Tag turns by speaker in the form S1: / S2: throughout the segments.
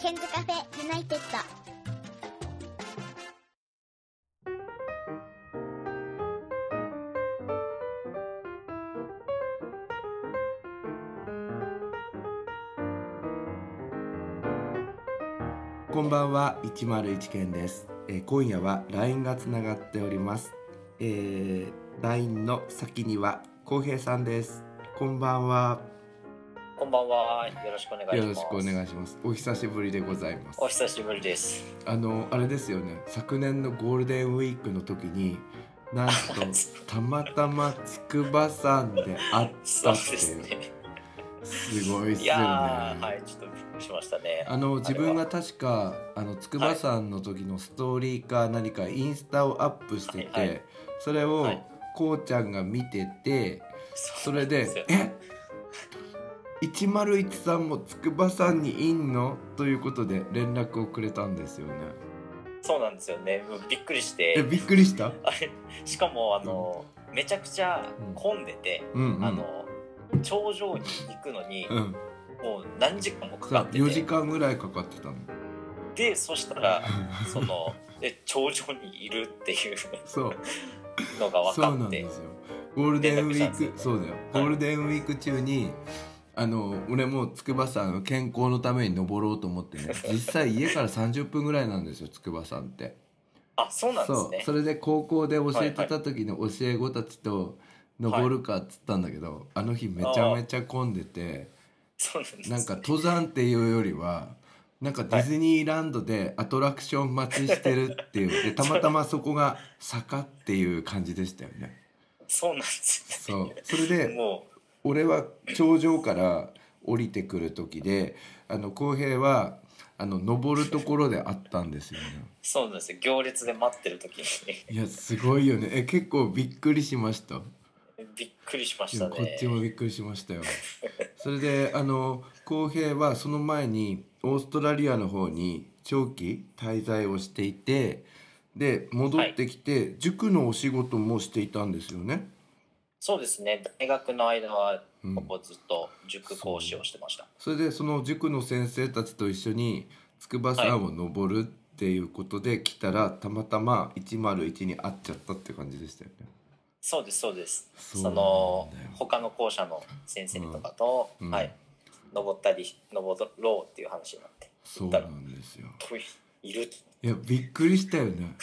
S1: ケンズカフェユナイテッド。
S2: こんばんは101件です、えー今夜は LINE がつながっております、えー、LINE の先には浩平さんですこんばんは
S3: こんばんは。よろしくお願いします。
S2: よろしくお願
S3: い
S2: いしますお久しぶりでございます
S3: お久しぶりです。
S2: あのあれですよね昨年のゴールデンウィークの時になん とたまたま筑波山で会った
S3: そう
S2: っ
S3: で
S2: て
S3: す
S2: いう
S3: ね。
S2: すごいっす
S3: い
S2: よね
S3: やー、はい、ちょっとびっくりしましたね。
S2: あの自分が確かあの筑波山の時のストーリーか何かインスタをアップしてて、
S3: はいはい
S2: それを、
S3: はい
S2: こうちゃんが見ててそれで
S3: そう
S2: 「
S3: なんすよ
S2: え101さんも筑波山にいんの?」ということで連絡をくれたんですよね。
S3: そうなんですよね。もうびっくりして
S2: え。びっくりした
S3: あれ、しかも、あの、めちゃくちゃ混んでて、
S2: うんうん
S3: あの。頂上に行くのに、
S2: うん、
S3: もう何時間もかか
S2: さ
S3: って
S2: 4
S3: て
S2: 時間ぐらいかかってたの
S3: でそしたらそのえ頂上にいるっていう
S2: そう
S3: のが分
S2: そ
S3: か
S2: うな
S3: っ
S2: ん
S3: て
S2: ですよゴールデンウィー
S3: 連絡したんですよ
S2: クそうだよゴールデンウィーク中に、あの俺もう筑波山の健康のために登ろうと思って ね実際家から30分ぐらいなんですよ筑波山って
S3: あそうなんで
S2: そ
S3: す
S2: う
S3: ね
S2: それで高校で教えてた時の教え子たちと登るかっつったんだけど、あの日めちゃめちゃ混んでて
S3: そうなんです
S2: なんか登山っていうよりはなんかディズニーランドでアトラクション待ちしてるっていう、でたまたまそこが坂っていう感じでしたよね。
S3: そうなんです
S2: そう それで
S3: もう
S2: 俺は頂上から降りてくる時であの浩平はあの登るところであったんですよね
S3: そうなんですよ行列で待ってる時に
S2: い やすごいよねえ結構びっくりしました
S3: びっくりしま
S2: い
S3: した
S2: や
S3: ね
S2: こっちもびっくりしましたよそれであの浩平はその前にオーストラリアの方に長期滞在をしていてで戻ってきて、塾のお仕事もしていたんですよね
S3: そうですね大学の間は
S2: うん
S3: ほぼずっと塾講師をしてました、
S2: それでその塾の先生たちと一緒に筑波山を登るっていうことで来たら、たまたま101に会っちゃったって感じでしたよね。
S3: そうですそうですそ
S2: そうなんだ
S3: の他の校舎の先生とかと、
S2: うんうん
S3: はい登ったり登ろうっていう話になって
S2: そうなんですよ。
S3: これいる
S2: いやびっくりしたよね。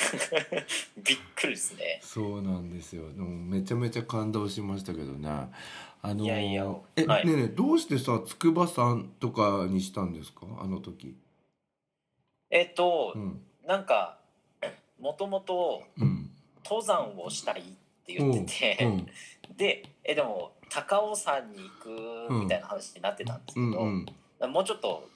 S3: びっくりですね
S2: そうなんですよ。でもめちゃめちゃ感動しましたけどね。あのー
S3: いやいや
S2: え、
S3: はい
S2: ねえねえどうしてさ筑波山とかにしたんですかあの時。
S3: えっ、と、
S2: うん
S3: なんかもともと
S2: うん
S3: 登山をしたいって言ってて、
S2: うん
S3: でえでも高尾山に行くみたいな話になってたんですけ
S2: う
S3: ど、
S2: ん うん。
S3: もうちょっと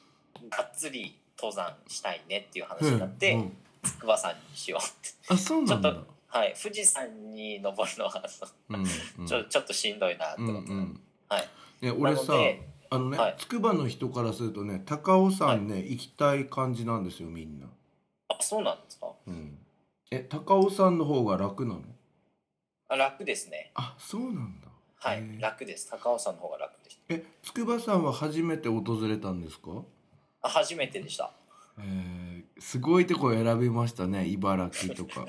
S3: がっつり登山したいねっていう話になって、
S2: うんうん
S3: 筑波山にしようって、
S2: あそうなんだ
S3: ちょっ。はい、富士山に登るのはあ
S2: うんう
S3: の
S2: ん
S3: ちょちょっとしんどいなって
S2: うん
S3: 思
S2: う
S3: って、
S2: ん。
S3: はい、
S2: ね、俺
S3: なの
S2: さ
S3: で
S2: あのね、
S3: はい
S2: 筑波の人からするとね高尾山ね、行きたい感じなんですよみんな、
S3: あそうなんですか
S2: うん、え高尾山の方が楽なの
S3: あ楽ですね
S2: あそうなんだ
S3: は
S2: へ
S3: い
S2: え
S3: 楽です高尾山の方が楽です
S2: え筑波山は初めて訪れたんですか
S3: あ初めてでした
S2: えー、すごいとこ選びましたね茨城と か、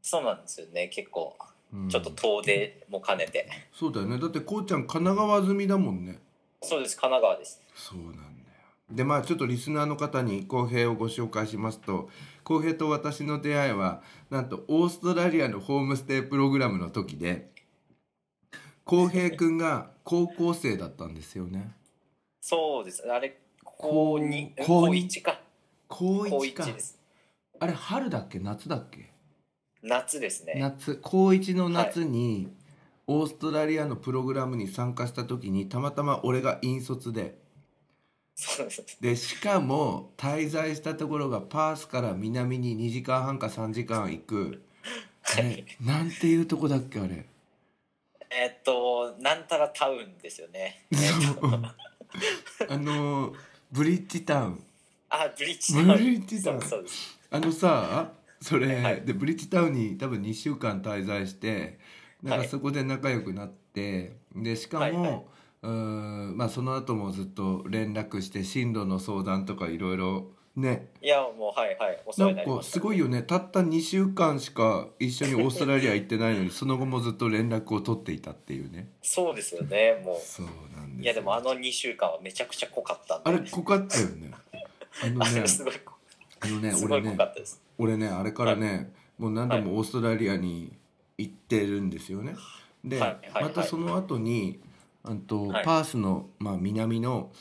S3: そうなんですよね結構
S2: うん
S3: ちょっと遠出も兼ねて、
S2: そうだよねだってこうちゃん神奈川済みだもんね
S3: そうです神奈川です
S2: そうなんだよでまあちょっとリスナーの方に浩平をご紹介しますと浩平と私の出会いはなんとオーストラリアのホームステイプログラムの時で浩平くんが高校生だったんですよね
S3: そうですあれ高2
S2: 高
S3: 高1か
S2: 高
S3: 高
S2: 1
S3: 1
S2: か
S3: です
S2: あれ春だっけ夏だっけ
S3: 夏ですね
S2: 夏高1の夏に、オーストラリアのプログラムに参加した時にたまたま俺が引率で
S3: そうです
S2: でしかも滞在したところがパースから南に2時間半か3時間行くあれなんていうとこだっけあ れ
S3: えっと、なんたらタウンですよ ね。
S2: あのーブリッジタウン
S3: あ、ブリッジタウン。
S2: ブリッジタウン
S3: そうそうです。
S2: あのさそれ、
S3: はい
S2: でブリッジタウンに多分2週間滞在してなん
S3: は
S2: か
S3: い
S2: そこで仲良くなって、でしかも、
S3: はいはい
S2: うーんまあその後もずっと連絡して進路の相談とかいろいろね
S3: いやもうはいはいお世
S2: な
S3: 話に
S2: ん
S3: なりま
S2: か
S3: した
S2: すごいよねたった2週間しか一緒にオーストラリア行ってないのに その後もずっと連絡を取っていたっていうね
S3: そうですよねも
S2: そうなん
S3: う
S2: です
S3: いやでもあ
S2: あ
S3: の2週間はめちゃくちゃ濃かったんで
S2: れ濃かったよねあの
S3: あ
S2: ね
S3: れ すごい濃
S2: あのね
S3: すご
S2: 俺
S3: い濃
S2: ね
S3: かった です
S2: 俺ねあれからねもう何度もオーストラリアに行ってるんですよね。で、
S3: はいはいはい
S2: またその後にあんと、
S3: はい
S2: パースの、まあ、南の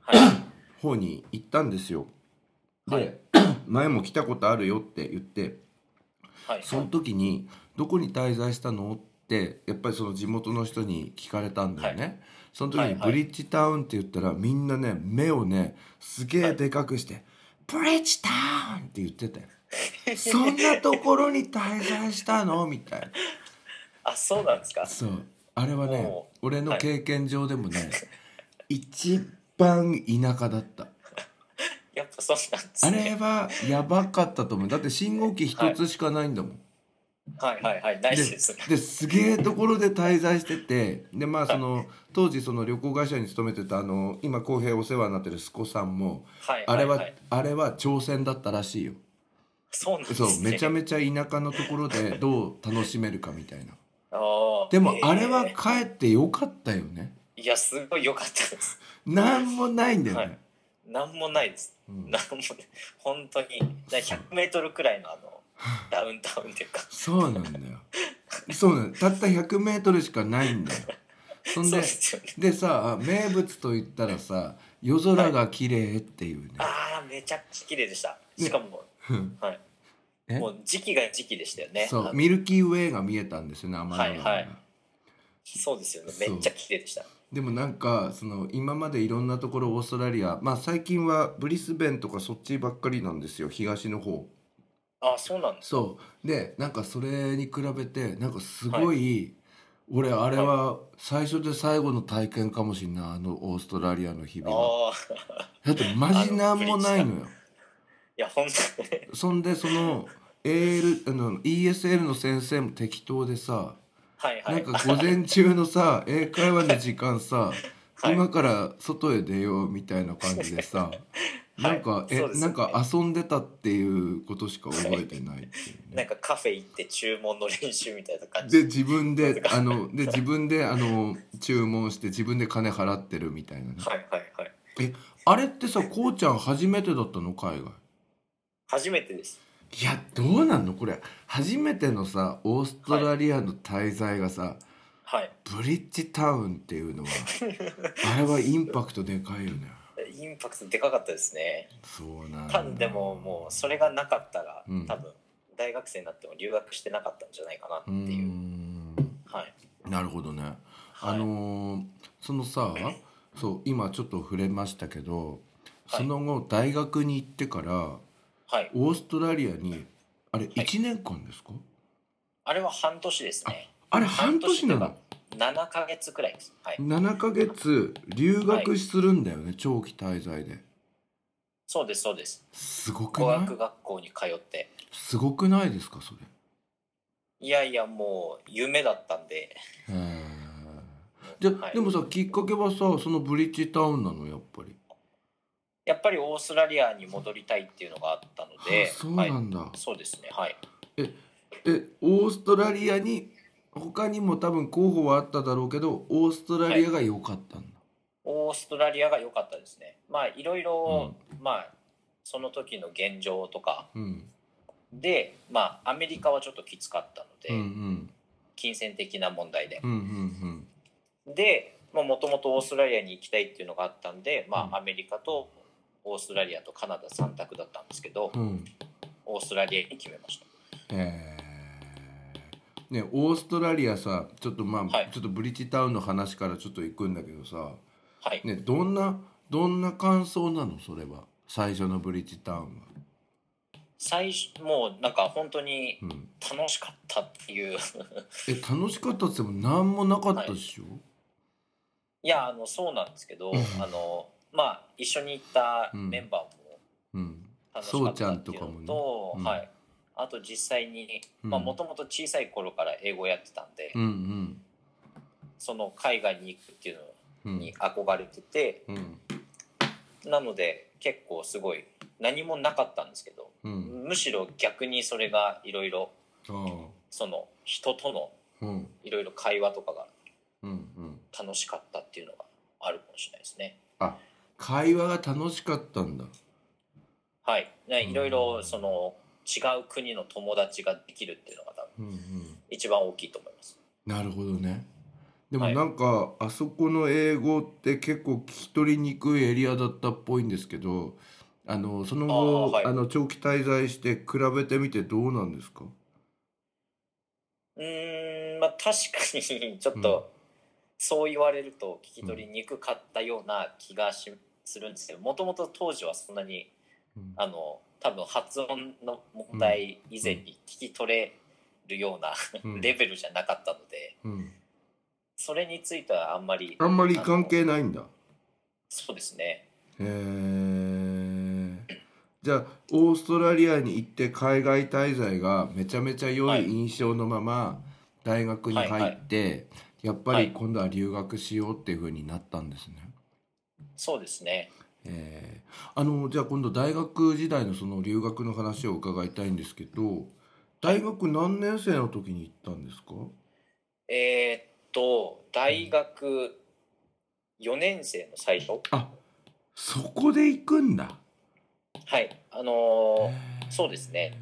S3: はい
S2: 方に行ったんですよ。で、
S3: はい
S2: 前も来たことあるよって言って
S3: はい
S2: その時に「どこに滞在したの?」ってやっぱりその地元の人に聞かれたんだよね。その時
S3: は
S2: に
S3: い
S2: 「
S3: はい
S2: ブリッジタウン」って言ったらみんなね目をねすげえでかくして「ブリッジタウン!」って言ってたよ。そんなところに滞在したのみたい
S3: あそうなんですか
S2: なそうあれはね
S3: おう
S2: 俺の経験上でもね、一番田舎だった
S3: やっぱそうなんです
S2: あれ
S3: ね
S2: はやばかったと思うだって信号機一つしかないんだもん、
S3: はいはいはいないですね
S2: ですげえところで滞在しててでまあその当時その旅行会社に勤めてたあの今浩平お世話になってるスコさんも
S3: はい
S2: あ
S3: は
S2: れ
S3: い
S2: は、
S3: はい
S2: あれは挑戦だったらしいよ
S3: そうなんです
S2: そ
S3: ね
S2: うめちゃめちゃ田舎のところでどう楽しめるかみたいな
S3: あー
S2: でもあれは
S3: え
S2: 帰ってよかったよね。
S3: ーいやすごい良かったです
S2: なんもないんだよね。
S3: はいなんもないです
S2: うん
S3: なんもない本当にだ100メートルくらいのあのダウンタウンっていうか
S2: そうなんだよ。そうなんだよたった100メートルしかないんだよ。そん
S3: そう
S2: で
S3: ですよね
S2: でさ名物と言ったらさ夜空が綺麗っていう ね。
S3: ああめちゃくちゃ綺麗でしたしかも、
S2: うん
S3: はい
S2: え
S3: もう時期が時期でしたよね
S2: そう
S3: あ
S2: ミルキーウェイが見えたんですよね天の川が。
S3: はいはいそうですよね
S2: そう
S3: めっちゃ綺麗でした
S2: でもなんかその今までいろんなところオーストラリアまあ最近はブリスベンとかそっちばっかりなんですよ東の方。
S3: ああそうなんです
S2: そうでなんかそれに比べてなんかすごい、俺あれは最初で最後の体験かもしんないあのオーストラリアの日
S3: あ
S2: 々は
S3: あ
S2: だってマジなんもないのよ
S3: いや本当に
S2: そんでその AL あの ESL の先生も適当でさ、
S3: はいはい
S2: なんか午前中の さ英会話の時間さ、
S3: はい
S2: 今から外へ出ようみたいな感じでさ、なんか、え、
S3: そうですよね
S2: なんか遊んでたっていうことしか覚えてないっていうね
S3: なんかカフェ行って注文の練習みたいな感じ
S2: で自分であので自分であの注文して自分で金払ってるみたいなね
S3: はいはいはい
S2: あれってさこうちゃん初めてだったの海外
S3: 初めてです
S2: いやどうなんのこれ初めてのさオーストラリアの滞在がさ、
S3: はい
S2: ブリッジタウンっていう のはあれはインパクトでかいよね
S3: インパクトでかかったですね
S2: そうなんだ
S3: 多分でももうそれがなかったら、
S2: うん
S3: 多分大学生になっても留学してなかったんじゃないかなって
S2: うー
S3: いう、
S2: ん
S3: はい
S2: なるほどね、
S3: はい
S2: あのーそのさそう今ちょっと触れましたけど
S3: は
S2: そ
S3: い
S2: の後大学に行ってから
S3: はい
S2: オーストラリアにあれ
S3: い
S2: 1年間ですか、
S3: あれは半年ですね
S2: あれ半年な
S3: 半
S2: の
S3: 7ヶ月くらいですはい
S2: 7ヶ月留学するんだよね、長期滞在で
S3: そうですそうです
S2: すごく
S3: 語
S2: ない
S3: 学学校に通って
S2: すごくないですかそれ
S3: いやいやもう夢だったんで
S2: へーじゃ、
S3: はい
S2: でもさきっかけはさそのブリッジタウンなのやっぱり
S3: やっぱりオーストラリアに戻りたいっていうのがあったの
S2: あ
S3: で
S2: そうな
S3: はい、
S2: んだ、
S3: そうですねはい
S2: えオーストラリアに他にも多分候補はあっただろうけどオーストラリアが良かったんだ、
S3: オーストラリアが良かったですねまあいろいろ、まあその時の現状とか
S2: うん
S3: でまあアメリカはちょっときつかったので、
S2: うんうん
S3: 金銭的な問題で
S2: うんうん
S3: でもともとオーストラリアに行きたいっていうのがあったんでま
S2: うん
S3: あアメリカとオーストラリアとカナダ3択だったんですけど、
S2: うんうん
S3: オーストラリアに決めました
S2: えーねオーストラリアさちょっとまあ、
S3: はい
S2: ちょっとブリッジタウンの話からちょっと行くんだけどさ
S3: はい
S2: ねどんなどんな感想なのそれは最初のブリッジタウンは、
S3: 最初もうなんか本当に
S2: うん、
S3: 楽しかったっていう
S2: え楽しかったっつっても何もなかったでしょ、
S3: いやあのそうなんですけど
S2: うん
S3: あのまあ一緒に行ったメンバーも
S2: うん
S3: 楽しか
S2: そ
S3: ったっていう
S2: うちゃん
S3: の
S2: と
S3: と、
S2: かもねうん
S3: はい、あと実際に
S2: うん
S3: まあもともと小さい頃から英語やってたんで、
S2: うんうん
S3: その海外に行くっていうの
S2: うん
S3: に憧れてて、
S2: うん
S3: なので結構すごい何もなかったんですけど、
S2: うん
S3: むしろ逆にそれがいろいろ
S2: ああ
S3: その人との
S2: うん
S3: いろいろ会話とかが
S2: うんうん
S3: 楽しかったっていうのがあるかもしれないですね。
S2: あ会話が楽しかったんだ
S3: はい、ね
S2: うん
S3: いろいろその違う国の友達ができるっていうのが多分
S2: うんうん
S3: 一番大きいと思います。
S2: なるほどねでも
S3: はい
S2: なんか、あそこの英語って結構聞き取りにくいエリアだったっぽいんですけどあのその後あ、
S3: あーはい
S2: の長期滞在して比べてみてどうなんですか
S3: うーん、まあ確かにちょっとそう言われると聞き取りにくかったような気がしするんですけど、もともと当時はそんなに
S2: うん
S3: あの多分発音の問題以前に聞き取れるような
S2: うん
S3: レベルじゃなかったので、
S2: うん、
S3: それについてはあんまり
S2: あんまり関係ないんだ
S3: そうですね。
S2: へえじゃあオーストラリアに行って海外滞在がめちゃめちゃ良い印象のまま大学に入って、やっぱ
S3: は
S2: り
S3: い
S2: 今度は留学しようっていう風になったんですね。
S3: そうですね。
S2: えーあのじゃあ今度大学時代のその留学の話を伺いたいんですけど大学何年生の時に行ったんですか
S3: えーっと大学4年生の最初、
S2: あそこで行くんだ
S3: はいあのーそうですね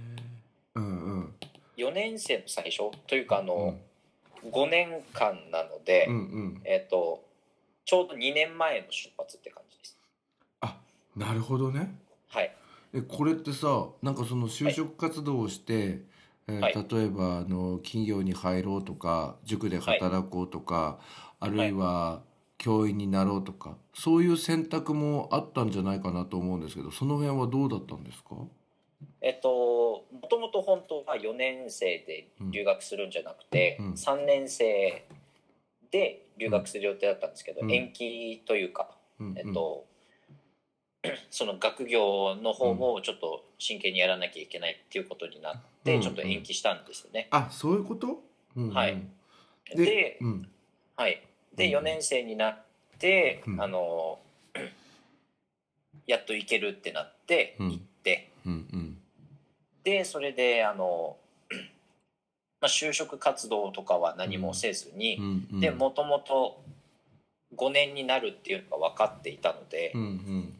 S2: うんうん
S3: 4年生の最初というかあ
S2: うん
S3: の、5年間なので、
S2: うんうん
S3: えーっとちょうど2年前の出発って感じです。
S2: なるほどね
S3: はい
S2: えこれってさなんかその就職活動をして、えー
S3: はい
S2: 例えばあの企業に入ろうとか塾で働こうとか、あるいは教員になろうとかそういう選択もあったんじゃないかなと思うんですけどその辺はどうだったんですか
S3: えーっともともと本当は4年生で留学するんじゃなくて、
S2: うん
S3: 3年生で留学する予定だったんですけど、
S2: うん
S3: 延期というか
S2: うんうん
S3: えっと、 その学業の方もちょっと真剣にやらなきゃいけないっていうことになって、
S2: うん
S3: ちょっと延期したんですよね。
S2: あそういうこと、うんうん
S3: はい
S2: で
S3: で、
S2: うん
S3: はい、
S2: う
S3: で
S2: ん
S3: 4年生になって、
S2: うん
S3: あの やっと行けるってなって
S2: うん
S3: 行って、
S2: うんうん
S3: でそれであの、 まあ、就職活動とかは何もせず
S2: う
S3: に、
S2: んうん
S3: でもともと5年になるっていうのが分かっていたので、
S2: うんうん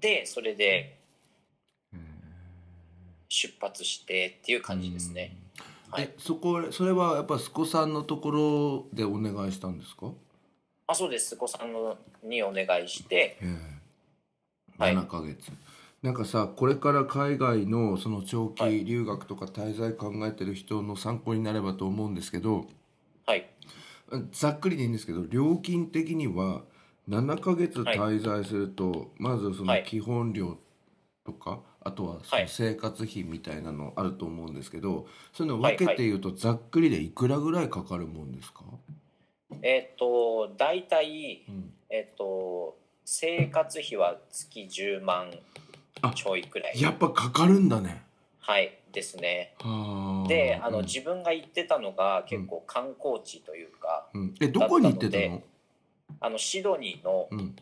S3: でそれで
S2: え
S3: 出発してっていう
S2: ー
S3: 感じですね。
S2: うん
S3: はい
S2: えそこそれはやっぱ息子さんのところでお願いしたんですか
S3: あそうです子さんのにお願いして
S2: ええ
S3: はい
S2: 7ヶ月、なんかさこれから海外のその長
S3: は
S2: 期
S3: い
S2: 留学とか滞在考えてる人の参考になればと思うんですけど
S3: はい
S2: ざっくりでいいんですけど料金的には7ヶ月滞在すると、まずその
S3: はい
S2: 基本料とか、あとはそ
S3: は
S2: の
S3: い
S2: 生活費みたいなのあると思うんですけど、そういうの
S3: はい
S2: 分けて言うとざっくりでいくらぐらいかかるもんですか、
S3: えっ、と大体
S2: うん
S3: えっ、と生活費は月10万ちょいくらい
S2: やっぱかかるんだね。
S3: はいですね
S2: は
S3: であの、
S2: うん
S3: 自分が行ってたのが結構観光地というか、
S2: うんえどこに行ってた
S3: だった
S2: の
S3: あのシドニーの、
S2: うん、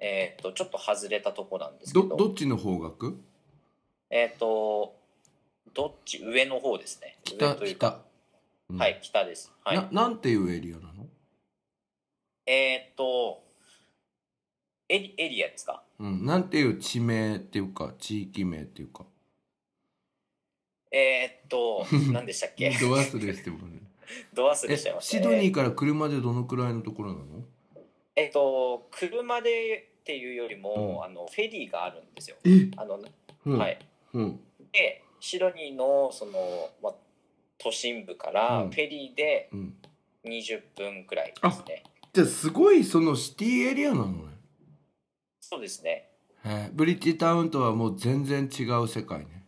S3: えっとちょっと外れたとこなんですけ
S2: ど
S3: ど
S2: どっちの方角
S3: えっ、とどっち上の方ですね上
S2: 北
S3: というか
S2: 北、うん
S3: はい北ですはい
S2: ななんていうエリアなの
S3: えっ、とエリエリアですか
S2: うん、なんていう地名っていうか地域名っていうか
S3: えー、っと何でしたっ
S2: ド
S3: け
S2: 忘れしても ね
S3: ド忘れ
S2: え
S3: しちゃいました
S2: シドニー
S3: ね。
S2: から車でどのくらいのところなの
S3: えっと車でっていうよりも、
S2: うん
S3: あのフェリーがあるんですよ。
S2: え、
S3: あの、
S2: うん
S3: はい。
S2: うん
S3: でシドニーのそのまあ都心部から
S2: う
S3: フ
S2: ん
S3: ェリーで
S2: うん、
S3: 20分くらいですね。
S2: じゃあすごいそのシティエリアなのね
S3: そうですね。
S2: へえブリッジタウンとはもう全然違う世界ね、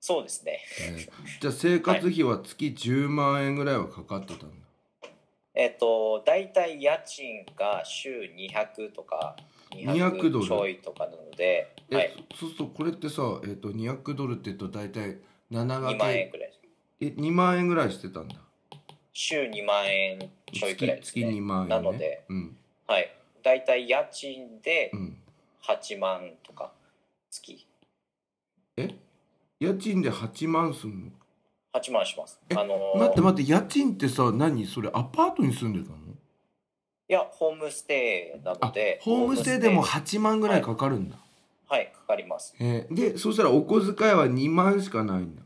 S3: そうですね。
S2: へえじゃあ生活費は月10万円ぐらいはかかってたんだ
S3: えっとだいたい家賃が週200とか
S2: 200ドル
S3: 200ちょいとかなので、
S2: え、
S3: はい、
S2: そそうするとこれってさ、えー、と200ドルって言うと大体7が
S3: 2万円くらい。
S2: え2万円ぐらいしてたんだ
S3: 週2万円ちょいくらい
S2: 月
S3: です
S2: 月
S3: ね
S2: 2万円、ね、
S3: なので
S2: うん
S3: はい大体家賃で
S2: うん
S3: 8万とか月
S2: 家賃で8万すんの
S3: 8万します
S2: え
S3: あのー
S2: 待って待って家賃ってさ何それアパートに住んでたの
S3: いやホームステイな
S2: あ
S3: ので
S2: ホームステイでも
S3: ホーム
S2: 8万ぐらいかかるんだ、
S3: ステイはいかかります、
S2: えーでそしたらお小遣いは2万しかないんだ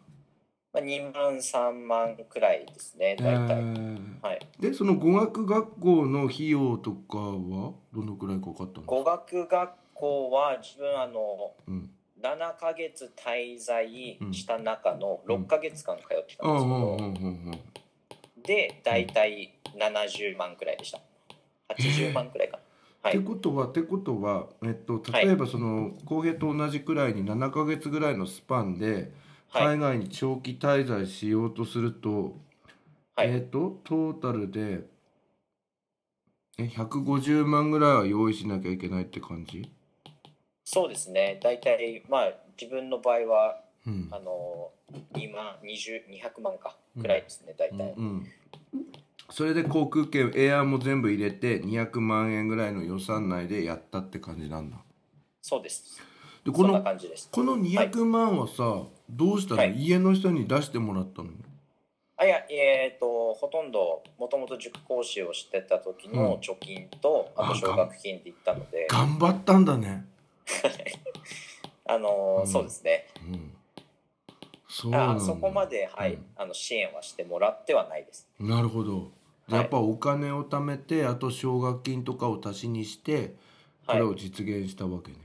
S3: まあ、2万3万くらいですね
S2: え
S3: 大体、
S2: ー
S3: はい
S2: でその語学学校の費用とかはどのくらいかかったの
S3: 語学学校は自分あの
S2: うん
S3: 7ヶ月滞在した中の6ヶ月間通って
S2: う
S3: た
S2: んん
S3: ですけ
S2: うん
S3: ど、
S2: うんうんうん
S3: で大体70万くらいでした80万くらいかな、
S2: って
S3: はい
S2: ことはってことは、えっと、
S3: はい
S2: 例えばその浩平と同じくらいに7ヶ月ぐらいのスパンで
S3: は
S2: 海
S3: い
S2: 外に長期滞在しようとすると、
S3: はい、
S2: えっとトータルでえ150万ぐらいは用意しなきゃいけないって感じ、
S3: そうですね大体まあ自分の場合は
S2: うん
S3: あの2万20 200万かくらいですね大体、
S2: うん、それで航空券エアーも全部入れて200万円ぐらいの予算内でやったって感じなんだ
S3: そうです
S2: でこ
S3: そんな
S2: の
S3: 感じです
S2: この200万はさ、どうしたの、
S3: はい
S2: 家の人に出してもらったの
S3: あいやえっ、とほとんどもともと塾講師をしてた時の貯金と、
S2: うん
S3: あと
S2: あ
S3: 奨学金っていったので
S2: 頑張ったんだね
S3: あのー
S2: うん
S3: そうですね
S2: うんそうな
S3: あ
S2: んだ
S3: そこまではい、
S2: うん
S3: あの支援はしてもらってはないです
S2: なるほど、
S3: はい
S2: やっぱお金を貯めてあと奨学金とかを足しにしてこ
S3: はい
S2: れを実現したわけね、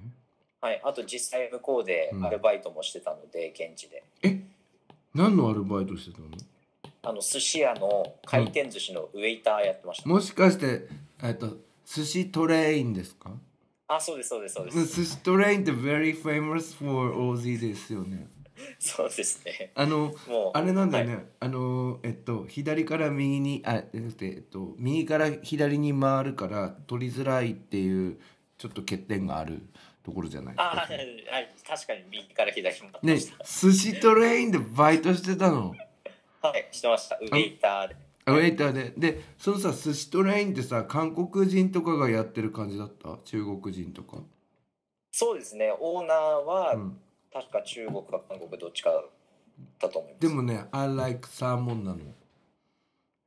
S3: はい、あと実際向こうで
S2: うん
S3: アルバイトもしてたので、現地で
S2: 何のアルバイトしてたの
S3: あの寿司屋の回転寿司のウェイターやってました、
S2: もしかしてえっと寿司トレインですか
S3: あそうですそうですそうです、
S2: うん寿司トレインって very famous for OZ ですよね
S3: そうですね
S2: あの
S3: もう
S2: あれなんだよね、
S3: はい
S2: あのえっと左から右にあじゃなくてえっと右から左に回るから取りづらいっていうちょっと欠点があるところじゃない
S3: あはいはい確かに右から左にも
S2: ね
S3: し
S2: 寿司トレインでバイトしてたの
S3: たはいしてましたウェイターで
S2: ウェイターででそのさ寿司トレインってさ韓国人とかがやってる感じだった中国人とか、
S3: そうですねオーナーは、
S2: うん、
S3: 確か中国か韓国どっちかだと思います
S2: でもね「I like サーモ ン」なの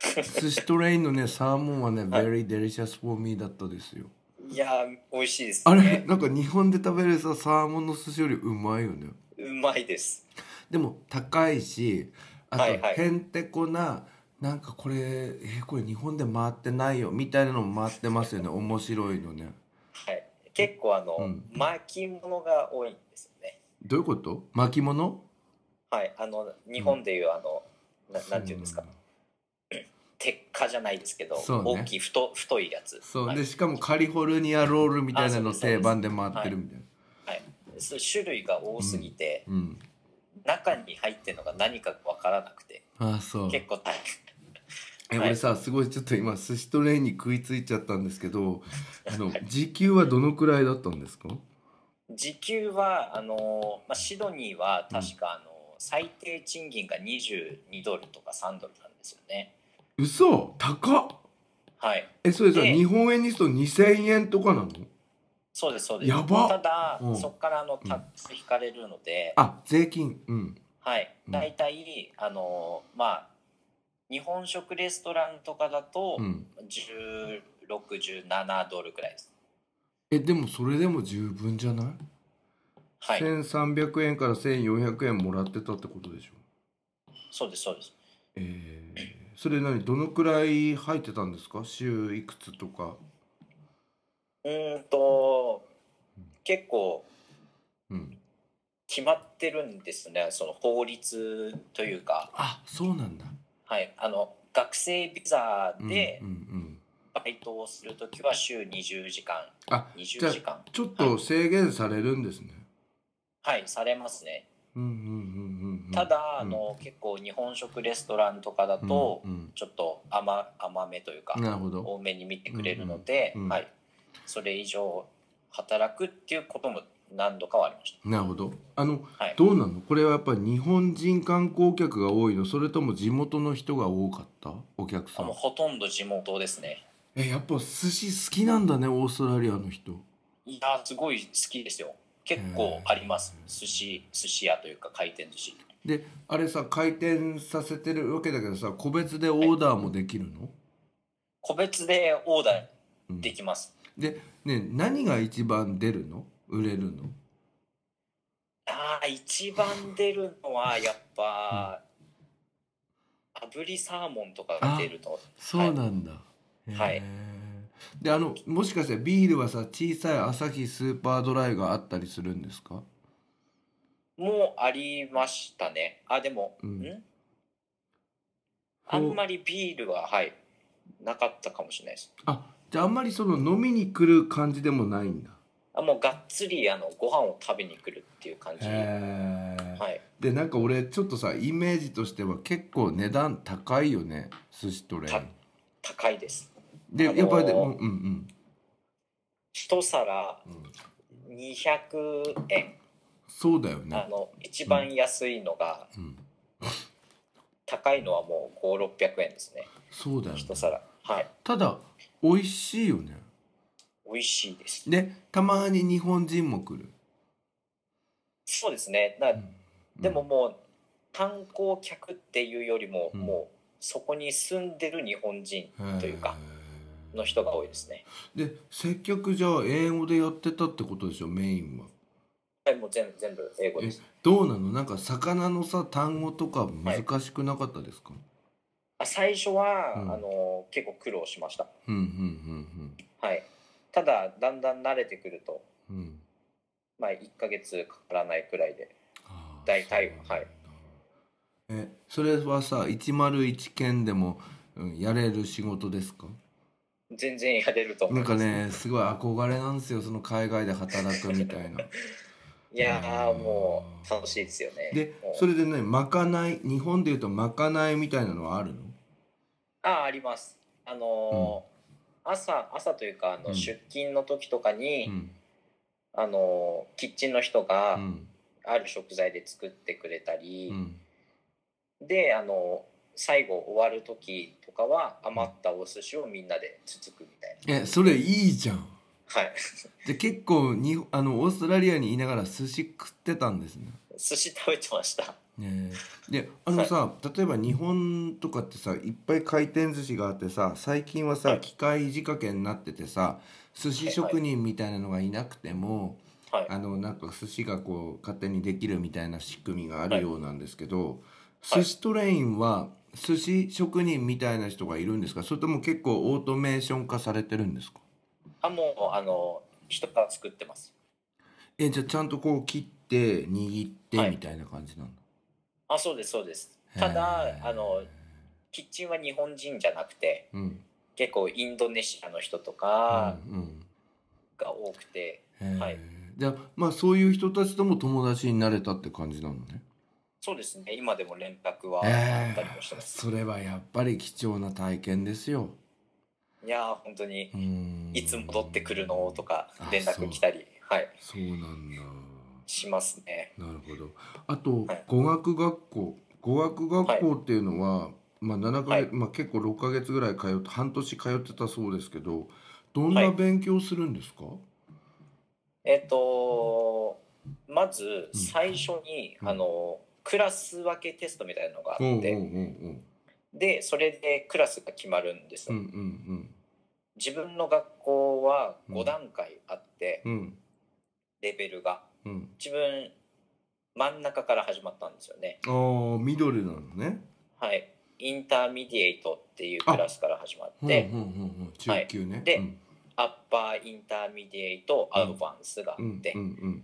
S2: 寿司トレインのねサーモンはね「
S3: はい
S2: very delicious for me」だったですよ
S3: いやー美味しいです
S2: あれ
S3: ね
S2: なんか日本で食べるさサーモンの寿司よりうまいよね
S3: うまいです
S2: でも高いしあ
S3: はい
S2: と
S3: はい
S2: へんてこな、なんかこれえーこれ日本で回ってないよみたいなのも回ってますよね面白いのね
S3: はい結構あの、
S2: うん
S3: 巻物が多いんですよね
S2: どういうこと巻物
S3: はいあの日本でいうあの、ななんていうんですか鉄火じゃないですけど、
S2: そうね
S3: 大きい太太いやつ
S2: そう
S3: はい
S2: でしかもカリフォルニアロールみたいなの
S3: あそうで
S2: 定
S3: す
S2: 番で回ってるみたいな、
S3: そう種類が多すぎて、
S2: うん
S3: 中に入ってるのが何かわからなくて
S2: ああそう
S3: 結構大
S2: え
S3: 変はい
S2: 俺さすごいちょっと今寿司トレインに食いついちゃったんですけどあの時給はどのくらいだったんですか
S3: 時給はあの、まあ、シドニーは確か、あの最低賃金が22ドルとか3ドルなんですよね
S2: 嘘高っ
S3: はい
S2: えそれさ
S3: で
S2: 日本円にすると2,000円とかなの
S3: そうですそうです
S2: やばった
S3: だ、
S2: うん
S3: そこからあのタックス引かれるので、
S2: あ税金うん
S3: はい
S2: うん
S3: 大体、あのまあ日本食レストランとかだと、
S2: うん
S3: 1617ドルくらいです
S2: えでもそれでも十分じゃない、
S3: はい
S2: 1300円から1400円もらってたってことでしょ
S3: そうですそうです
S2: えー、それ何どのくらい入ってたんですか週いくつとか
S3: うーんと結構
S2: うん
S3: 決まってるんですねその法律というか
S2: あそうなんだ
S3: はい、あの学生ビザで
S2: うんうんうん、
S3: バイトをするときは週20時間、
S2: あじゃ
S3: 20
S2: あ
S3: 時間、
S2: ちょっと制限されるんですね、
S3: はい、されますね。
S2: うんうんうんうんうん
S3: ただ、あ
S2: うん
S3: の結構日本食レストランとかだと、
S2: うんうん
S3: ちょっと甘甘めというか、
S2: なるほど
S3: 多めに見てくれるので、
S2: うんうんうん
S3: はい、それ以上働くっていうことも何度かはありまし
S2: なるほどあの、
S3: はい
S2: どうなのこれはやっぱり日本人観光客が多いのそれとも地元の人が多かったお客
S3: た。
S2: さ
S3: もうんほとんど地元ですね。
S2: えやっぱ寿司好きなんだねオーストラリアの人
S3: いやーすごい好きですよ。結構あります。寿司、寿司屋というか回転寿司。
S2: であれさ回転させてるわけだけどさ個別でオーダーもできるの、
S3: 個別でオーダ
S2: うん
S3: ーできます。
S2: でね何が一番出るの売れるの
S3: ああ、一番出るのはやっぱ、炙りサーモンとかが出ると。
S2: そうなんだ、
S3: はい
S2: へーであのもしかしてビールはさ小さい朝日スーパードライがあったりするんですか
S3: もうありましたね。あ、でも、
S2: うん
S3: んあんまりビールは、はい、なかったかもしれないです。
S2: あじゃああんまりその飲みに来る感じでもないんだ
S3: あもうがっつりあのご飯を食べに来るっていう感じ。は
S2: へえ、
S3: い。
S2: でなんか俺ちょっとさイメージとしては結構値段高いよね寿司トレイ
S3: た高いです。
S2: で、
S3: あのー
S2: やっぱりでうんうんうん
S3: 一皿
S2: うん
S3: 200円。
S2: そうだよ
S3: あ
S2: ね
S3: の、一番安いのが、
S2: うん
S3: 高いのはもう5、600円ですね。
S2: そうだよ、ね
S3: 一、皿。はい。
S2: ただ美味しいよね
S3: 美味しいです。
S2: でたまに日本人も来る、
S3: そうですね。な
S2: うん
S3: でももう、観光客っていうよりも、
S2: うん
S3: もう、そこに住んでる日本人というか、
S2: へー
S3: の人が多いですね。
S2: で接客じゃあ英語でやってたってことでしょメインは
S3: はい、もう全部、全部英語で
S2: え
S3: す。
S2: どうなのなんか魚のさ単語とか難しくなかったですか、
S3: あ最初は、
S2: うん
S3: あの、結構苦労しました。
S2: うんうん
S3: はい。ただ、だんだん慣れてくると、
S2: うんうんうん
S3: まあ、1ヶ月かからないくらいで。
S2: あー
S3: 大体
S2: そうなんだ
S3: はい
S2: えそれはさ101件でも、うん、やれる仕事ですか
S3: 全然やれると思
S2: ないん
S3: ます。
S2: かねすごい憧れなんですよその海外で働くみた いな
S3: いやー、もう、楽しいですよね。
S2: で
S3: もう
S2: それでねまかない日本でいうとまかないみたいなのはあるの
S3: あありますあのー朝朝というかあの、
S2: うん
S3: 出勤の時とかに、
S2: うん
S3: あのーキッチンの人が
S2: うん
S3: ある食材で作ってくれたり
S2: う、ん
S3: であのー最後終わる時とかは余ったお寿司をみんなでつつくみたい
S2: えそれいいじゃん
S3: なはい
S2: で結構にあのオーストラリアにいながら寿司食ってたんですね
S3: 寿司食べてました
S2: ねえであのさ、例えば日本とかってさいっぱい回転寿司があってさ最近はさ、
S3: はい
S2: 機械仕掛けになっててさ寿司職人みたいなのがいなくても、
S3: はい
S2: あのなんか寿司がこう勝手にできるみたいな仕組みがあ
S3: は
S2: る
S3: い
S2: ようなんですけど、
S3: はい
S2: 寿司トレインは寿司職人みたいな人がいるんですかそれとも結構オートメーション化されてるんですか
S3: あもうあのー人が作ってます
S2: えじゃあちゃんとこう切って握って
S3: はい
S2: みたいな感じなんだ、
S3: あそうですそうですただ
S2: へー
S3: あのーキッチンは日本人じゃなくて
S2: うん
S3: 結構インドネシアの人とか
S2: うんうん
S3: が多くて、
S2: へー
S3: はい
S2: じゃあまあそういう人たちとも友達になれたって感じなのね。
S3: そうですね今でも連絡はあ
S2: え
S3: ったりもして
S2: ー、
S3: ます、
S2: それはやっぱり貴重な体験ですよ。
S3: いやー本当に
S2: うーん
S3: いつ戻ってくるのとか
S2: あ
S3: 連絡来たりはい
S2: そうなんだ。
S3: しますね
S2: なるほど。あと、
S3: はい
S2: 語学学校語学学校っていうのは、まあ7ヶ月、
S3: はい
S2: まあ結構6ヶ月ぐらい通って半年通ってたそうですけどどん
S3: は
S2: ない勉強するんですか、
S3: えっ、とまず
S2: うん
S3: 最初に、
S2: うん
S3: あのクラス分けテストみたいなのがあっ
S2: おうおうおうおう
S3: て、でそれでクラスが決まるんです
S2: う
S3: よ、
S2: んうん
S3: 自分の学校は
S2: う
S3: 5
S2: ん
S3: 段階あって、
S2: うんうん
S3: レベルが
S2: うん。
S3: 自分真ん中から始まったんですよね
S2: ああ緑なのね。
S3: はいインターミディエイトっていうクラスから始まっ
S2: うん
S3: て、
S2: うんうんうん、
S3: は
S2: 中
S3: い
S2: 級ね。
S3: で
S2: うん
S3: アッパーインターミディエイトアドバンスがあ
S2: うん
S3: って、
S2: うんうん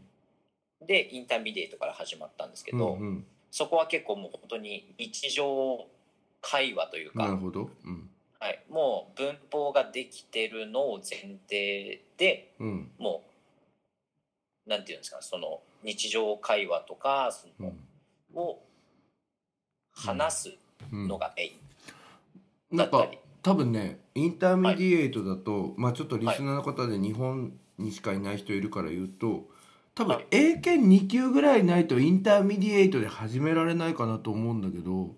S3: でインターミディエイトから始まったんですけど、
S2: うんうん、
S3: そこは結構もう本当に日常会話というか、
S2: なるほど、うん
S3: はい、もう文法ができてるのを前提で
S2: うん
S3: もうなんていうんですかその日常会話とかそうの
S2: ん
S3: を話す
S2: うん、
S3: のがメイン
S2: な
S3: だっ
S2: ん
S3: た
S2: か
S3: り、
S2: 多分ねインターミディエイトだと、まあちょっとリスナーの方で日本にしかいない人いるから言うと、多
S3: は
S2: 分
S3: い
S2: 英検2級ぐらいないとインターミディエイトで始められないかなと思うんだけど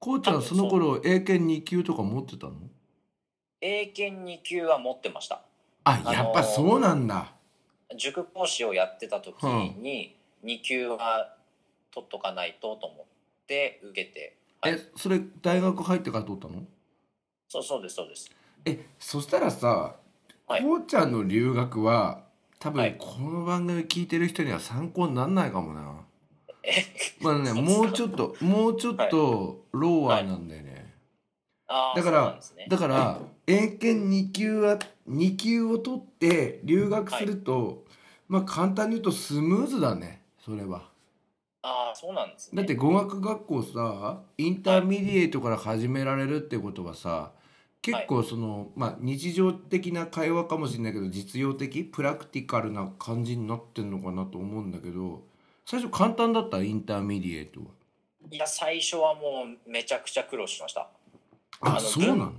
S2: こうちゃん
S3: 多分
S2: そ
S3: そう
S2: の頃英検2級とか持ってたの
S3: 英検2級は持ってました
S2: あ
S3: あのー
S2: やっぱそうなんだ、
S3: 塾講師をやってた時に2級は取っとかないとと思って受けてはい
S2: えそれ大学入ってから取ったの
S3: そうそうですそうです
S2: えそしたらさ、
S3: はい
S2: こうちゃんの留学は多
S3: は
S2: 分
S3: い
S2: この番組聞いてる人には参考にならないかもな、
S3: え
S2: まあね
S3: そうです
S2: も
S3: か
S2: うちょっともうちょっとローアーなんだよね、
S3: あー
S2: だか
S3: そうなん
S2: ら
S3: ですね
S2: だから英検2級は2級を取って留学すると、まあ簡単に言うとスムーズだねそれは。
S3: ああそうなんです
S2: だ
S3: ね
S2: って語学学校さインターミディエイトから始められるってことはさ結構その、まあ日常的な会話かもしれないけど実用的プラクティカルな感じになってんのかなと思うんだけど最初簡単だったインターミディエイトは。
S3: いや最初はもうめちゃくちゃ苦労しました
S2: あ
S3: あの
S2: そうなの、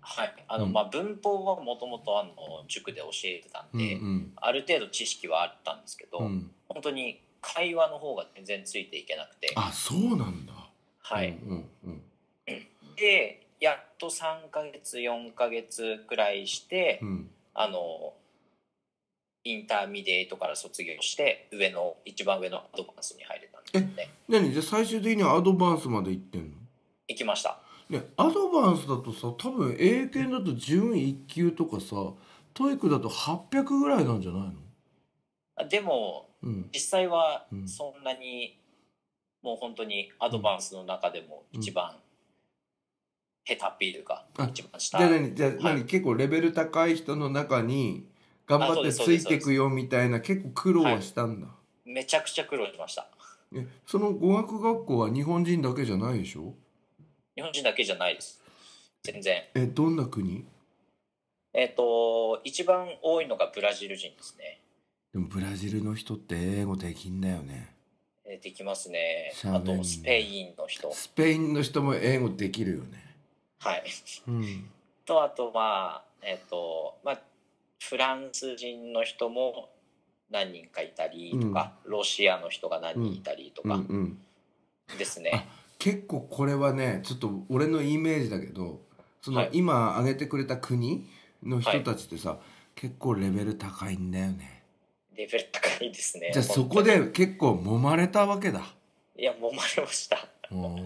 S3: はいあの、
S2: うん
S3: まあ文法はもともとあの塾で教えてたんで、
S2: うん
S3: ある程度知識はあったんですけど、
S2: うんうん、
S3: 本当に会話の方が全然ついていけなくて
S2: あそうなんだ。
S3: はい、
S2: うんうん
S3: でやっと3ヶ月4ヶ月くらいして、
S2: うんうん
S3: あのインターミディエイトから卒業して上の一番上のアドバンスに入れたんですね
S2: 何じゃあ最終的にはアドバンスまで行ってんの
S3: 行きました
S2: ねアドバンスだとさ多分英検だと準一級とかさトイックだと800ぐらいなんじゃないの
S3: でも
S2: うん
S3: 実際は
S2: うん
S3: そんなに、もう本当にアドバンスの中でも一番下手っぴというか、
S2: あ
S3: 一番
S2: じ
S3: 下
S2: ゃあ何じゃあ
S3: い
S2: 何、結構レベル高い人の中に頑張
S3: あそ
S2: っ
S3: う
S2: て
S3: です
S2: ついてくよみたいな結構苦労はしたんだ、
S3: めちゃくちゃ苦労しました
S2: えその語学学校は日本人だけじゃないでしょ
S3: 日本人だけじゃないです全然
S2: えどんな国
S3: えっ、と一番多いのがブラジル人ですね
S2: でもブラジルの人って英語できんだよね
S3: えーできますね
S2: しゃべ
S3: あ
S2: んない
S3: とスペインの人
S2: スペインの人も英語できるよね
S3: はい
S2: うん
S3: とあとまあえっ、とまあフランス人の人も何人かいたりとか、ロシアの人が何人いたりと
S2: うんう
S3: か
S2: ん
S3: ですね、
S2: 結構これはねちょっと俺のイメージだけどその、
S3: はい
S2: 今挙げてくれた国の人たちってさ、結構レベル高いんだよね
S3: レベル高いですね
S2: じゃあそこ
S3: 本
S2: で結構揉まれたわけだ
S3: 当にいや揉まれました
S2: おー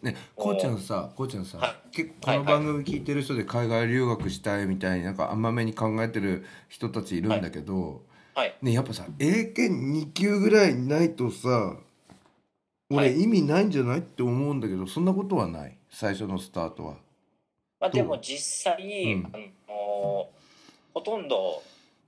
S2: ねこうちゃんさこうちゃんさ、
S3: は
S2: 結構この番組聞いてる人で海外留学したいみたいになんか甘めに考えてる人たちいるんだけど、
S3: はい
S2: ねやっぱさ英検2級ぐらいないとさ
S3: は
S2: 俺
S3: い
S2: 意味ないんじゃないって思うんだけどそんなことはない最初のスタートは。
S3: まあで
S2: ど
S3: も実際、
S2: うん
S3: あのほとんど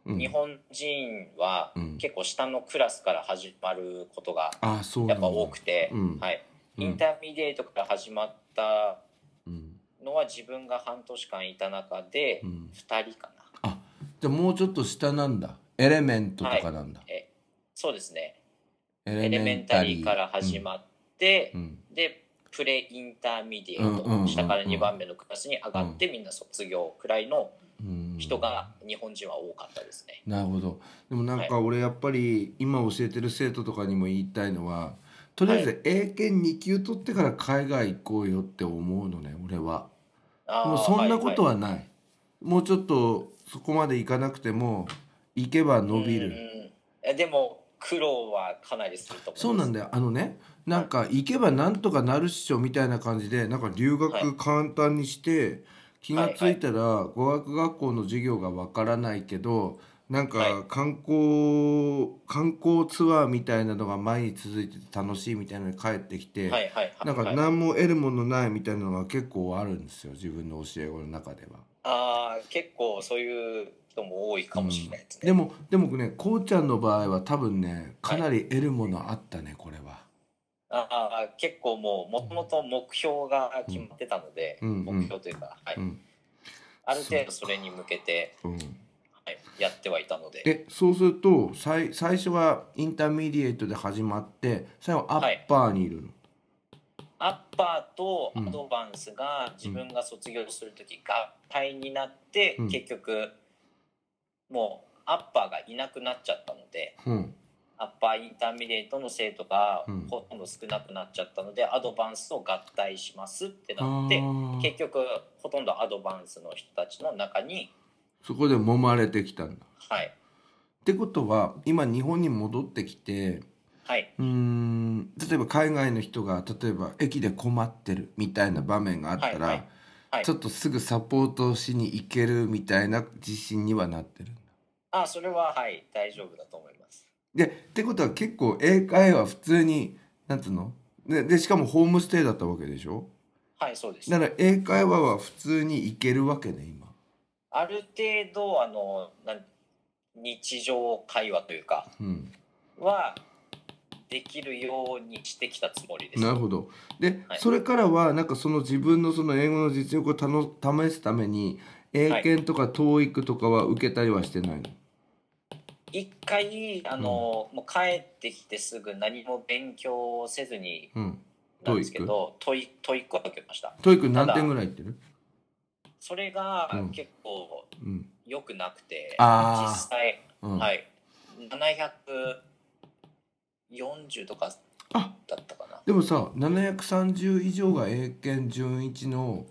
S2: うん
S3: 日本人は
S2: うん
S3: 結構下のクラスから始まることが
S2: あそうな
S3: や
S2: ん
S3: っ
S2: だ
S3: ぱ多くて、
S2: うん
S3: はい、
S2: うん
S3: インターミディエイトから始まった
S2: うん
S3: のは自分が半年間いた中で
S2: うん
S3: 2人かな、
S2: じゃあもうちょっと下なんだエレメントとかなんだ、
S3: えそうですね
S2: エ
S3: エレメンタリーから始まって、
S2: うん、うん
S3: でプレインターミディエイト、
S2: うんうんうんうん
S3: 下から2番目のクラスに上がって、みんな卒業くらいの
S2: うん
S3: 人が日本人は多かったですね。
S2: なるほどでもなんか俺やっぱり今教えてる生徒とかにも言いたいのはとりあえ
S3: は
S2: ず英検2級取ってから海外行こうよって思うのね俺は
S3: あー
S2: もうそんなこと
S3: は
S2: はない、もうちょっとそこまで行かなくても行けば伸びる、
S3: いはいうんうんえでも苦労はかなりすると思います
S2: そうなんだよあのねなんか行けばなんとかなるっしょみたいな感じでなんか留
S3: はい
S2: 学簡単にして、気がついたら、語学学校の授業がわからないけどなんか
S3: は
S2: 観光、観光ツアーみたいなのが前に続いてて楽しいみたいなのに帰ってきて、
S3: はいはいはい
S2: なんか
S3: はい
S2: 何も得るものないみたいなのが結構あるんですよ自分の教え子の中では。
S3: ああ結構そういう人も多いかもしれないですね。
S2: でもでもねこうちゃんの場合は多分ねかなり得るものあったねこれは。
S3: ああ結構もうもともと目標が決まってたので、
S2: うんうん
S3: 目標というか、はい
S2: うん
S3: ある程度それに向けて、
S2: うん
S3: はい、やってはいたので
S2: えそうすると最最初はインターミディエイトで始まって最後アッパーにいるの、
S3: アッパーと
S2: う
S3: ア
S2: ん
S3: ドバンスが自分が卒業する時合体になって、
S2: うん
S3: 結局もうアッパーがいなくなっちゃったので
S2: うん
S3: アッパーインターミディエートの生徒が
S2: うん
S3: ほとんど少なくなっちゃったので、アドバンスを合体しますって
S2: あ
S3: なって
S2: ー
S3: 結局ほとんどアドバンスの人たちの中に、
S2: そこで揉まれてきたんだ。っ
S3: はい
S2: てことは今日本に戻ってきて
S3: はい、
S2: うーん例えば海外の人が例えば駅で困ってるみたいな場面があったら、
S3: はいはいはい
S2: ちょっとすぐサポートしに行けるみたいな自信にはなってるんだ。
S3: あそれははい大丈夫だと思います。
S2: でってことは結構英会話普通になんつうのででしかもホームステイだったわけでしょ
S3: はいそうです
S2: だから英会話は普通に行けるわけね今。
S3: ある程度あのなん日常会話というか
S2: うん、
S3: はできるようにしてきたつもりです。
S2: なるほどで、
S3: はい
S2: それからはなんかその自分のその英語の実力をたの試すために英検とか TOEIC とかは受けたりはしてないの、
S3: 一回あの、もう帰ってきてすぐ何も勉強せずに
S2: うん、
S3: なんですけどトイトイックは受けました
S2: TOEIC 何点ぐらいいってる、
S3: それが
S2: うん
S3: 結構
S2: うん
S3: 良くなくて、
S2: あー
S3: 実際、
S2: うん
S3: はい740とか
S2: あ
S3: だったかな
S2: でもさ730以上が英検準1の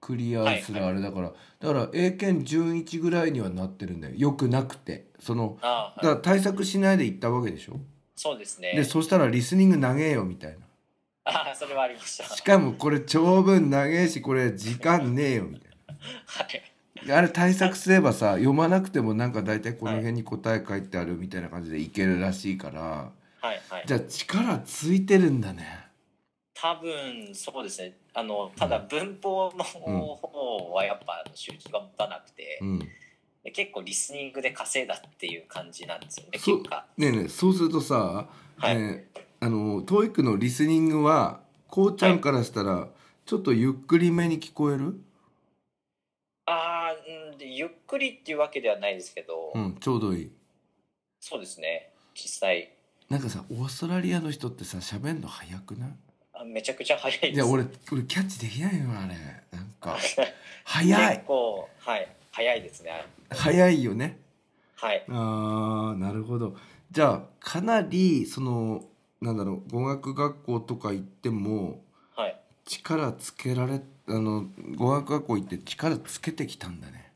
S2: クリアする
S3: は
S2: あれだから、だから英検準1ぐらいにはなってるんだよよくなくてその
S3: あ
S2: だ
S3: ー、
S2: か
S3: は
S2: ら
S3: い、
S2: 対策しないで行ったわけでしょ、
S3: そうです
S2: で
S3: ね
S2: そしたらリスニング長えよみたいな
S3: あーそれはありました
S2: しかもこれ長文長えしこれ時間ねえよみたいな。
S3: はい
S2: あれ対策すればさ読まなくてもなんか大体この辺に答え書いてあるみたいな感じでいけるらしいから
S3: はいはい
S2: じゃあ力ついてるんだね
S3: 多分そうですねあのただ文法の方はやっぱ集中が持たなくて、
S2: うんね
S3: で結構リスニングで稼いだっていう感じなんですよね
S2: そう
S3: 結果
S2: えねえそうするとさ、
S3: はい、
S2: ねえあの TOEIC のリスニングはこうちゃんからしたらちょっとゆっくりめに聞こえる、
S3: あーうんでゆっくりっていうわけではないですけど、
S2: うん、ちょうどいい
S3: そうですね実際
S2: なんかさオーストラリアの人ってさ喋んの早くない
S3: あめちゃくちゃ早いです
S2: いや俺俺キャッチできないよあれなん か早い
S3: 結構はい早いですね
S2: 早いよね
S3: はい
S2: あーなるほどじゃあかなりそのなんだろう語学学校とか行っても
S3: はい
S2: 力つけられあの語学学校行って力つけてきたんだね。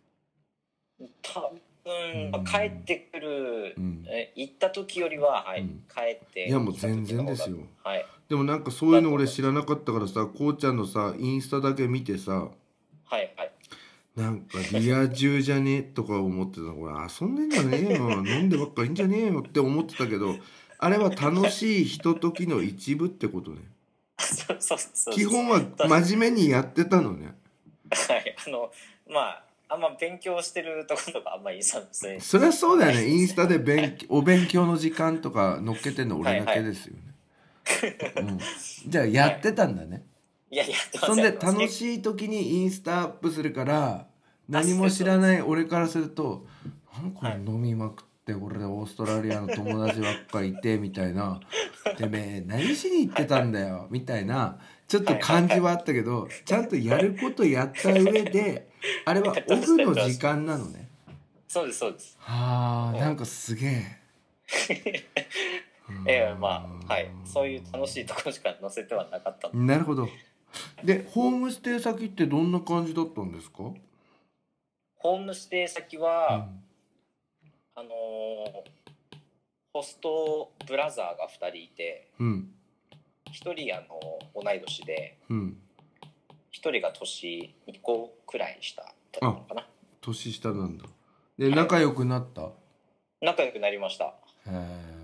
S3: 多分、まあ、帰ってくる、
S2: うん、
S3: え行った時よりははい、
S2: うん
S3: 帰って
S2: いやもう全然ですよ
S3: はい
S2: でもなんかそういうの俺知らなかったからさこうちゃんのさインスタだけ見てさ
S3: はいはい
S2: なんかリア充じゃねえとか思ってたこれ遊んでんじゃねえよ飲んでばっかいいんじゃねえよって思ってたけどあれは楽しいひとときの一部ってことね
S3: そうそうそう
S2: 基本は真面目にやってたのね
S3: はいあのまああんま勉強してるところとかあんまりさそれ
S2: そりゃそうだよねインスタで勉お勉強 の時間とか載っけてんの俺だけですよ ね、うん、じゃあやってたんだね、
S3: いやいやってま
S2: そん
S3: せ
S2: で
S3: やってません
S2: 楽しい時にインスタアップするから何も知らない俺からすると「なんかこれ
S3: はい
S2: 飲みまくって俺オーストラリアの友達ばっかりいて」みたい な「てめえ何しに行ってたんだよ」みたいなちょっと感じはあったけどちゃんとやることやった上であれはオフの時間なのね。
S3: そうですそうです
S2: はあ
S3: うん。
S2: なんかすげえ
S3: ええまあはいそういう楽
S2: い。
S3: しいところしか載せてはなかったの
S2: なるほど。でホームステイ先ってどんな感じだったんですか？
S3: ホームステイ先は、あのーホストブラザーが2人いて
S2: うん
S3: 1人あのー同い年で
S2: うん
S3: 1人が年2個くらい下だったのかな
S2: 年下なんだ。で
S3: はい
S2: 仲良くなった。へ
S3: 仲良くなりました
S2: え。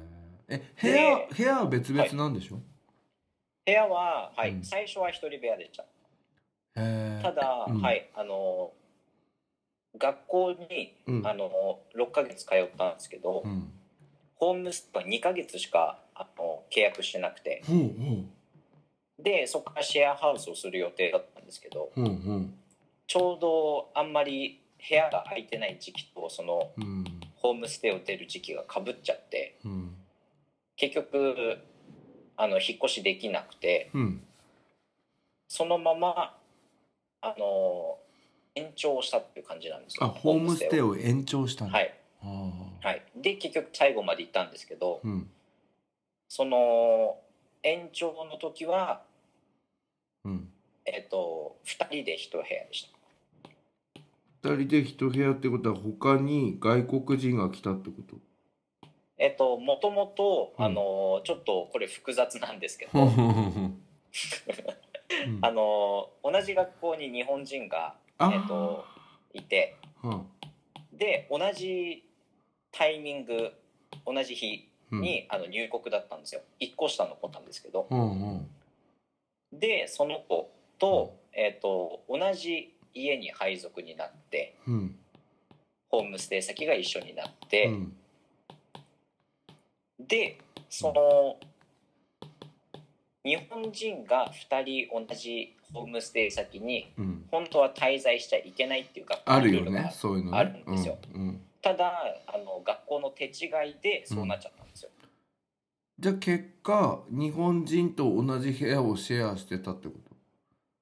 S2: え部屋
S3: で
S2: 部屋は別々なんでしょ？
S3: 部屋は、はい
S2: うん
S3: 最初は1人部屋でした
S2: へえ
S3: ただ、
S2: うん
S3: はいあのー学校に、
S2: うん
S3: あのー6ヶ月通ったんですけど、
S2: うん。
S3: ホームステイは2ヶ月しかあの契約してなくて
S2: ほうほ
S3: でそこからシェアハウスをする予定だったんですけど
S2: うほうほう。
S3: ちょうどあんまり部屋が空いてない時期とその
S2: うん
S3: ホームステイを出る時期がかぶっちゃって
S2: うん
S3: 結局あの引っ越しできなくて
S2: うん。
S3: そのままあの延長したっていう感じなんです
S2: あ
S3: よ
S2: ホームステイを延長したんだ。
S3: はい、
S2: ああ。
S3: はい、で結局最後まで行ったんですけど
S2: うん
S3: その延長の時は、
S2: うん
S3: えっと2人で1部屋でした
S2: 2人で1部屋ってことは他に外国人が来たって こと
S3: えっともともと
S2: うん
S3: あのちょっとこれ複雑なんですけど、
S2: ほうほうほうほううん
S3: あの同じ学校に日本人が
S2: あー
S3: えっといて
S2: は
S3: で同じタイミング同じ日
S2: あうん
S3: に、あの入国だったんですよ1個下の子なんですけど
S2: ほうほ
S3: でその子と,、えっと同じ家に配属になって
S2: ううん
S3: ホームステイ先が一緒になっ
S2: う
S3: て、
S2: ん
S3: でその日本人が2人同じホームステイ先に
S2: うん
S3: 本当は滞在しちゃいけないっていう学校
S2: あ
S3: のル
S2: る
S3: ー
S2: よ
S3: ルが
S2: ねそういうのね
S3: あるんですよ
S2: うんうん
S3: ただあの学校の手違いでそうなっちゃったんですよ、
S2: じゃあ結果日本人と同じ部屋をシェアしてたってこ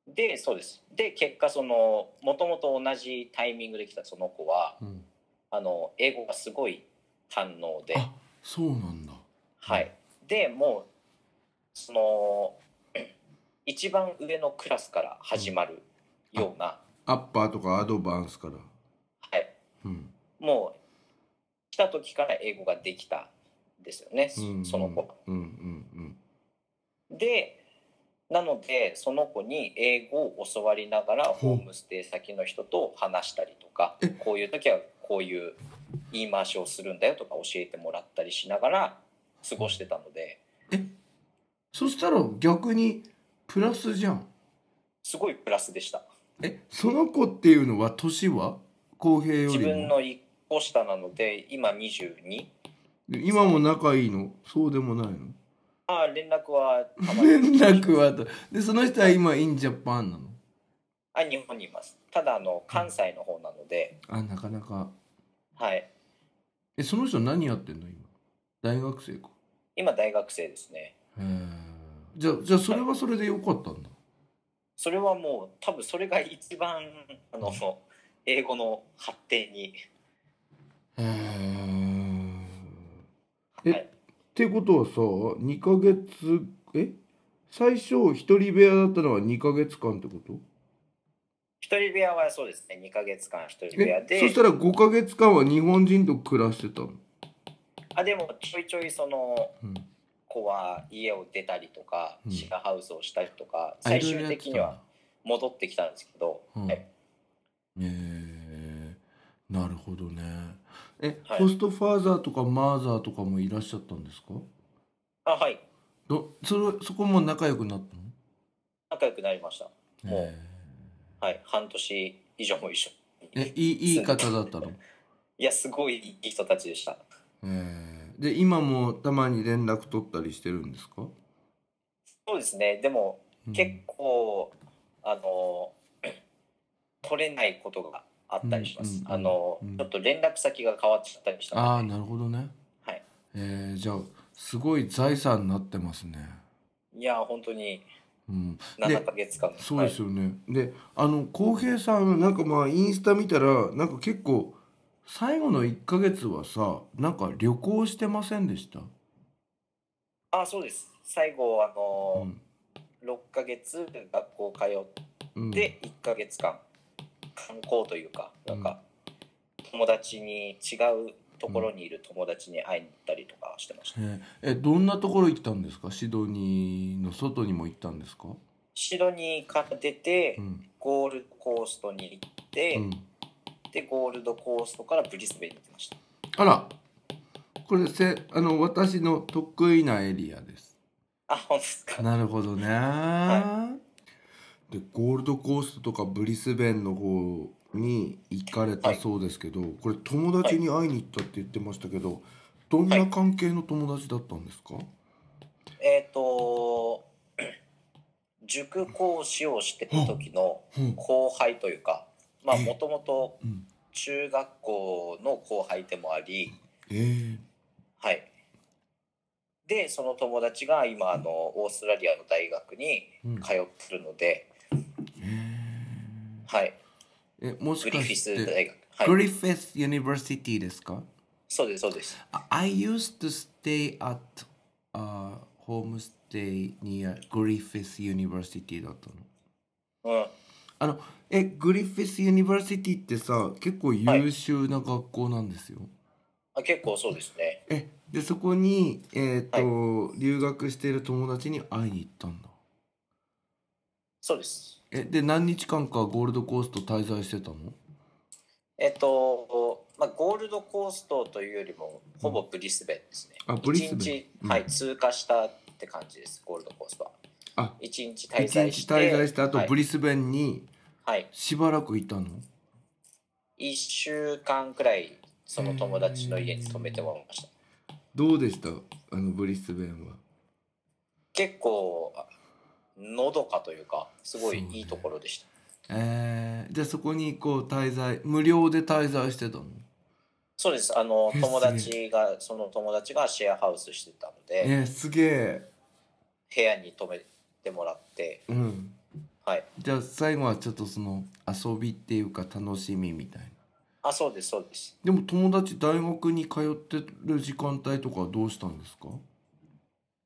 S3: でそうですで結果そのもともと同じタイミングで来たその子は
S2: と、うん、
S3: あの英語がすごい堪能で
S2: あそうなんだ
S3: はいでもうその 一番上のクラスから始まるような、
S2: アッパーとかアドバンスから
S3: はい
S2: うん
S3: もう来た時から英語ができたんですよね、そ
S2: うん
S3: その子。
S2: うんうん
S3: でなのでその子に英語を教わりながら
S2: ほう
S3: ホームステイ先の人と話したりとか
S2: え
S3: こういう時はこういう言い回しをするんだよとか教えてもらったりしながら過ごしてたので
S2: そしたら逆にプラスじゃん
S3: すごいプラスでした
S2: えその子っていうのは年は公平よ
S3: 自
S2: り
S3: 分
S2: も
S3: の1個下なので今22
S2: 今も仲いいのそうでもないの
S3: あ連絡はたまに
S2: 連絡はとでその人は今インジャパンなの
S3: あ日本にいますただあの関西の方なので、
S2: あなかなか
S3: はい、
S2: えその人何やってんの今大学生か
S3: 今大学生ですね
S2: へえじゃあじゃあそれはそれでよかったんだ
S3: それはもう多分それが一番あの英語の発展に、
S2: へええ
S3: はい、
S2: ってことはさ2ヶ月え最初一人部屋だったのは2ヶ月間ってこと
S3: 一人部屋はそうですね2ヶ月間一人部屋
S2: えそ
S3: で
S2: したら5ヶ月間は日本人と暮らしてたの、
S3: あでもちょいちょいその
S2: うん、
S3: 子は家を出たりとか、
S2: うん
S3: シェアハウスをしたりとか最終的には戻ってきたんですけど、
S2: うん
S3: はい
S2: えー、なるほどねえ、
S3: はい
S2: ホストファーザーとかマーザーとかもいらっしゃったんですか
S3: あはい
S2: どそれそこも仲良くなったの
S3: 仲良くなりましたもう
S2: え
S3: はい半年以上も一緒
S2: ーえいいいい方だったの、
S3: いやすごいいい人たちでした
S2: えー、で今もたまに連絡取ったりしてるんですか、
S3: そうですねでも
S2: うん
S3: 結構、あの 取れないことがあったりしま
S2: う
S3: す、
S2: んうんうん
S3: あの、
S2: うん
S3: ちょっと連絡先が変わっちゃったりした
S2: ああ
S3: ので
S2: なるほどね
S3: はい
S2: えー、じゃあすごい財産になってますね
S3: いや本当に
S2: うん
S3: 7ヶ月間
S2: そうですよね、であの浩平さんなんかまあインスタ見たらなんか結構最後の1ヶ月はさなんか旅行してませんでした、
S3: はいあそうです最後あ
S2: う
S3: の、
S2: ん
S3: 6ヶ月学校通
S2: うん
S3: って1ヶ月間観光というかなんか、友達に違うところにいる友達に会いに行ったりとかしてました、
S2: えーえどんなところ行ったんですかシドニーの外にも行ったんですか、
S3: シドニーから出て、
S2: うん
S3: ゴールドコーストに行って、
S2: うん、
S3: でゴールドコーストからブリスベンに行きました
S2: あらこれせあの私の得意なエリアです
S3: あ本当ですか
S2: なるほどね、でゴールドコーストとかブリスベンの方に行かれたそうですけど、これ友達に会いに行ったって言ってましたけど、どんな関係の友達だったんですか、
S3: えっ、と 塾講師をしてた時の
S2: うん
S3: 後輩というかまあもともと
S2: うん
S3: 中学校の後輩でもあり
S2: えー
S3: はいでその友達が今あのオーストラリアの大学に
S2: うん
S3: 通ってるので、
S2: え
S3: はい
S2: ーえもし
S3: グリ
S2: か
S3: フィ
S2: し
S3: ス
S2: て
S3: 大学は
S2: グ
S3: い
S2: リフィス・ユニバーシティですか
S3: そうですそうです
S2: I used to stay at あホームステイにグリフィス・ユニバーシティだったの
S3: うん。
S2: あのえグリフィス・ユニバーシティってさ結構優秀な学校なんですよ、
S3: あ結構そうですね。
S2: えでそこにえっ、と、留学している友達に会いに行ったんだ
S3: そうです。
S2: えで何日間かゴールドコースト滞在してたの
S3: えっと、まあ、ゴールドコーストというよりも、ほぼブリスベンですね。
S2: あブリスベン
S3: 一日、
S2: うん
S3: はい、通過したって感じです、ゴールドコーストは。
S2: あ
S3: 一日滞
S2: 一
S3: 在
S2: 日
S3: して。
S2: 滞在した後、
S3: はい
S2: ブリスベンに
S3: はい。
S2: しばらくいたの
S3: 一週間くらい、その友達の家に泊めてもらいました。
S2: どうでしたあのブリスベンは
S3: 結構、あのどかというか、すごいいいところでした。
S2: えー、じゃあそこにこう滞在無料で滞在してたの
S3: そうです。あの
S2: えすげえ
S3: 友達がその友達がシェアハウスしてたので、
S2: えー、すげえ
S3: 部屋に泊めてもらって、
S2: うん
S3: はい。
S2: じゃあ最後はちょっとその遊びっていうか楽しみみたいな
S3: あ、そうですそうです。
S2: でも友達大学に通ってる時間帯とかはどうしたんですか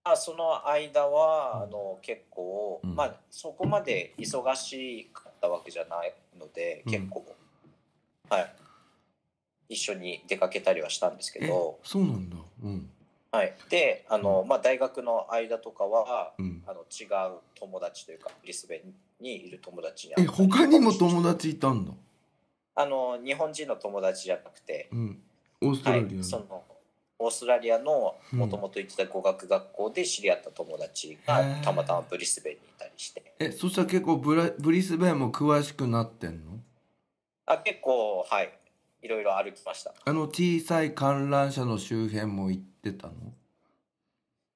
S3: あ、その間はあの結構、
S2: うん
S3: まあそこまで忙しかったわけじゃないので、
S2: うん
S3: 結構、はい。一緒に出かけたりはしたんですけ
S2: え
S3: ど、
S2: そうなんだうん
S3: はい。で、あのまあ大学の間とかは。
S2: うん
S3: あの違う友達というかブリスベンにいる友達に会
S2: え
S3: ったりとか
S2: 他にも友達いたんだ
S3: あの日本人の友達じゃなくて、
S2: うんオーストラ
S3: は
S2: リア
S3: い
S2: の、、
S3: そのオーストラリアの
S2: うん
S3: もともと行ってた語学学校で知り合った友達
S2: へ
S3: が
S2: ー
S3: たまたまブリスベンにいたりして
S2: えそしたら結構ブラブリスベンも詳しくなってんの
S3: あ結構はいいろいろ歩きました
S2: あの小さい観覧車の周辺も行ってたの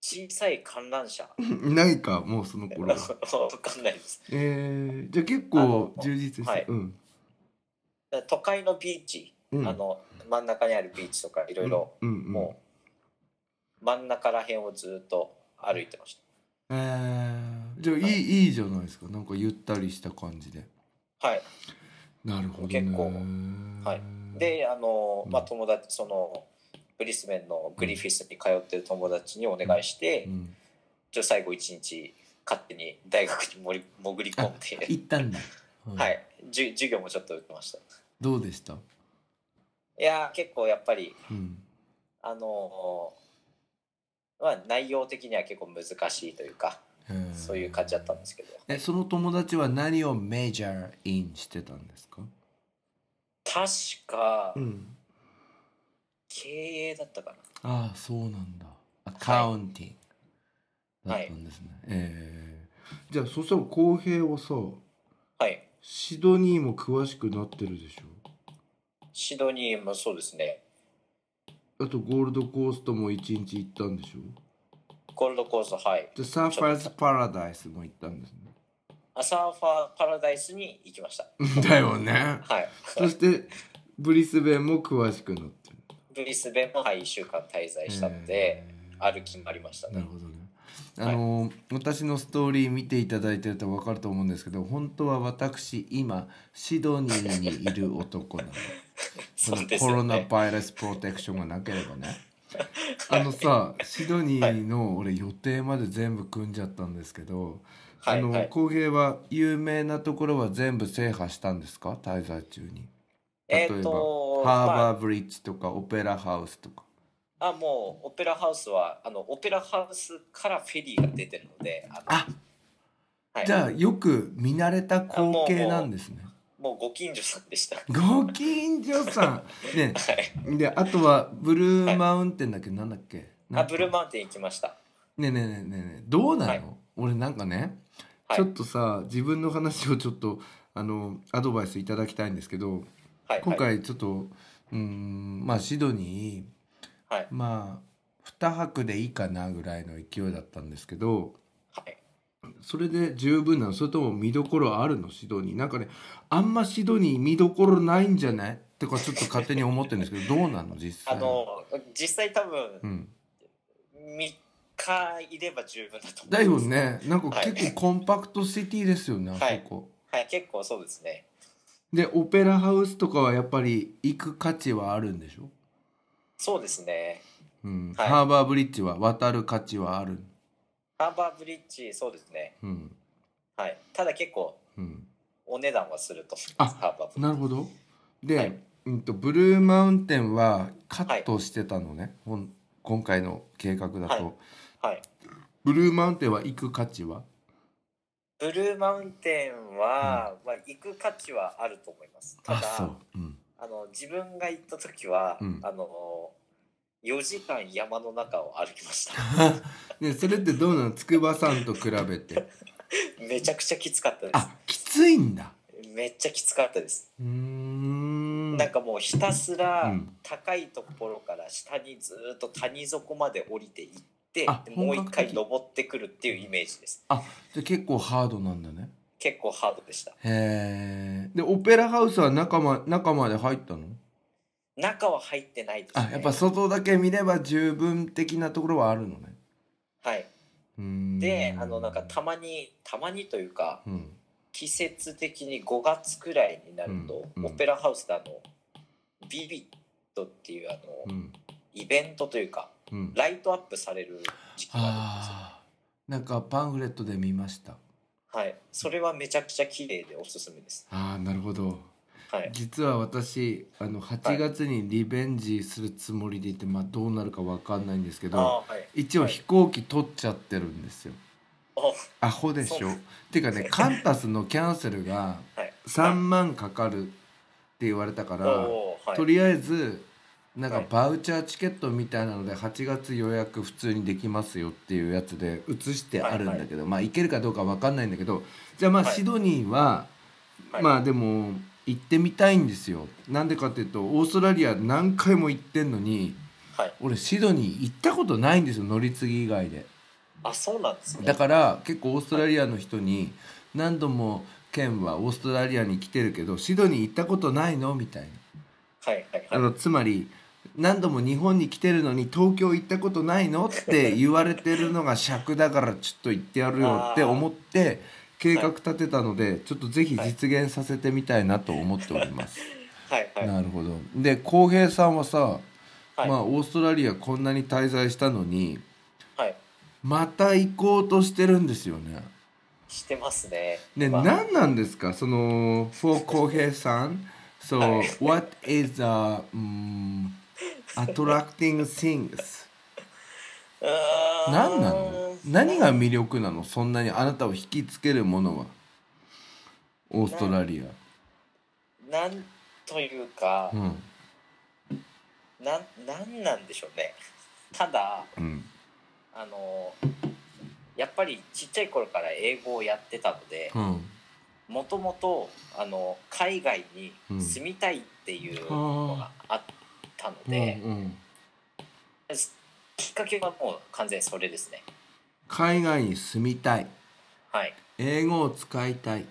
S3: 小さい観覧車
S2: ないかもうその頃
S3: わ
S2: は
S3: かんないです
S2: えー、じゃあ結
S3: あ
S2: 構
S3: の
S2: 充実して、
S3: はい
S2: うん、
S3: 都会のビーチ、
S2: うん、
S3: あの真ん中にあるビーチとかいろいろ、
S2: うんうん
S3: もう真ん中らへんをずっと歩いてまし
S2: えー、じゃあいい,、
S3: はい
S2: い、いじゃないですかなんかゆったりした感じで
S3: たはい
S2: なるほどね
S3: 結構はいであの、まあ、
S2: うん
S3: 友達そのブリスベンのグリフィスに通ってる友達にお願いして、
S2: うん、
S3: ちょっと最後一日勝手に大学にもり潜り込んで、
S2: 行ったんだ、は
S3: はい、じゅ授業もちょっと受けました。
S2: どうでした、
S3: いやー結構やっぱり
S2: うん、
S3: あのーまあ内容的には結構難しいというか
S2: えー
S3: そういう感じだったんですけど
S2: えその友達は何をメジャーインしてたんですか
S3: 確か
S2: ん
S3: 経営だったか
S2: ああそうなんだアカウンティングだ
S3: は
S2: っ
S3: い
S2: たんですね、えー、じゃあそしたら浩平はさ
S3: なはい
S2: シドニーも詳しくなってるでし
S3: シドニーもそうですね
S2: ょあとゴールドコーストも一日行ったんでしょ
S3: ゴールドコーストはい
S2: でサーファーズパラダイスも行ったんです
S3: アサーファーパラダイスに行きました
S2: ね だよね
S3: はい
S2: そしてブリスベンも詳しくなってる
S3: ブリスベンもはい1週間滞在したので歩き回りました
S2: なるほどね。あの、私のストーリー見ていただいてると分かると思うんですけど本当は私今シドニーにいる男なのそ
S3: そう
S2: の
S3: です
S2: コロ
S3: よ
S2: ナ
S3: ね
S2: バイラスプロテクションがなければ ねあのさシドニーの俺予定まで全部組んじゃったんですけど、
S3: はい
S2: あの、
S3: はい
S2: 浩平は有名なところは全部制覇したんですか滞在中に例
S3: え
S2: えば、
S3: ーと
S2: ハー
S3: ま
S2: バ
S3: あ
S2: ーブリッジとかオペラハウスとか
S3: あもうオペラハウスはあのオペラハウスからフェリーが出てるのであの
S2: あ
S3: はい、
S2: じゃあよく見慣れた光景なんですね。
S3: もうご近所さんでしたは
S2: ご近所さん。 ね、
S3: い
S2: で、あとはブルーマウンテンだっけ、なんだっけ。
S3: あブルー
S2: ウ
S3: マウンテン行きました
S2: ン。ねえねえねえねえねえ、どうなの、
S3: はい
S2: 俺なんかね、
S3: はい
S2: ちょっとさ、自分の話をちょっと、あの、アドバイスいただきたいんですけど。
S3: はい
S2: 今
S3: はい
S2: 回ちょっと、うーん、まあ、シドニー。
S3: はい
S2: まあ、2泊でいいかなぐらいの勢いだったんですけど。
S3: はい
S2: それで十分なのそれとも見どころあるのシドニーなんかねあんまシドニー見どころないんじゃないとかちょっと勝手に思ってるんですけどどうなの実際
S3: あの実際多
S2: う
S3: 分
S2: ん、
S3: 3日いれば十分だと思います
S2: だよねなんか
S3: はい
S2: 結構コンパクトシティですよね、
S3: はい
S2: あそこ
S3: はい結構そうですね
S2: でオペラハウスとかはやっぱり行く価値はあるんでしょ
S3: そうですね。
S2: うん
S3: はい
S2: ハーバーブリッジは渡る価値はある、
S3: ハーバーブリッジ、そうですね。
S2: うん
S3: はい。ただ結構、
S2: うん、
S3: お値段はすると思い
S2: あ
S3: ます。ハーバーブリ
S2: な
S3: ッ
S2: る
S3: ジ。
S2: ほどで、
S3: はい
S2: うん、とブルーマウンテンはカットしてたのね、ほん今回の計画だと、
S3: はいはい。
S2: ブルーマウンテンは行く価値は
S3: ブルーマウンテンは、まあ、行く価値はあると思います。た
S2: あ
S3: だ、
S2: そう、うん、
S3: あの自分が行った時は、
S2: うん
S3: あの4時間山の中を歩きました
S2: ねそれってどうなの筑波山と比べ て
S3: めちゃくちゃきつかったで
S2: あきついんだ
S3: すめっちゃきつかったです、
S2: うーん
S3: なんかもうひたす
S2: う
S3: ら
S2: ん
S3: 高いところから下にずーっと谷底まで降りていって
S2: あ
S3: でもう一
S2: 本格
S3: 回
S2: 的
S3: 登ってくるっていうイメージです
S2: で結構ハードなんだね
S3: 結構ハードでした
S2: へえでオペラハウスは中ま中まで入ったの
S3: 中は入ってないです、ね、
S2: あやっぱ外だけ見れば十分的なところはあるのね
S3: はいう
S2: ーん
S3: であのなんかたまにたまにというか
S2: うん
S3: 季節的に5月くらいになると、
S2: うんうん
S3: オペラハウスであのビビットっていうあの、
S2: うん
S3: イベントというか
S2: うん
S3: ライトアップされる時期があるんで
S2: あーなんかパンフレットで見ました
S3: すよはいそれはめちゃくちゃ綺麗でおすすめです
S2: ああなるほど
S3: はい
S2: 実は私あの8月にリベンジするつもりでいて、まあどうなるかわかんないんですけ
S3: あ
S2: ど
S3: ーはい
S2: 一応飛行機取っちゃってるんですよ
S3: お
S2: アホでし
S3: そ
S2: ょ
S3: う
S2: てかねカンタスのキャンセルが
S3: はい
S2: 3万かかるって言われたから、
S3: おーはい
S2: とりあえずなんか
S3: はい
S2: バウチャーチケットみたいなので8月予約普通にできますよっていうやつで移してあるんだけど、まあ行けるかどうかわかんないんだけどじゃあまあ
S3: はい
S2: シドニーは、
S3: はい
S2: まあでも行ってみたいんですよ。なんでかっていうとオーストラリア何回も行ってんのに
S3: はい
S2: 俺シドニー行ったことないんですよ乗り継ぎ以外で。
S3: あそうなんですね
S2: だから結構オーストラリアの人に何度もケンはオーストラリアに来てるけどシドニー行ったことないのみたいな。
S3: はいはい
S2: あ
S3: はい
S2: のつまり何度も日本に来てるのに東京行ったことないの って言われてるのが尺だからちょっと行ってやるよって思って計画立てたのでちょっとぜひ実現させてみたいなと思っております。
S3: はいはい
S2: なるほどで浩平さんはさ、
S3: はい
S2: まあオーストラリアこんなに滞在したのに
S3: はい
S2: また行こうとしてるんですよね。
S3: してますね
S2: ね、
S3: まあ
S2: 何なんですかその for 浩平さん so
S3: は
S2: what is the、um, attracting things
S3: うーん
S2: 何なの何が魅力なのそんなにあなたを引きつけるものはオーストラリ
S3: なんというか
S2: アうん
S3: なんなんなんでしょうねただ
S2: うん
S3: あのやっぱりちっちゃい頃から英語をやってたので、
S2: うん
S3: もともとあの海外に住みたいっていうのがあったので、
S2: うんうん
S3: きっかけはもう完全にそれですね
S2: 海外に住みたい
S3: はい
S2: 英語を使いたい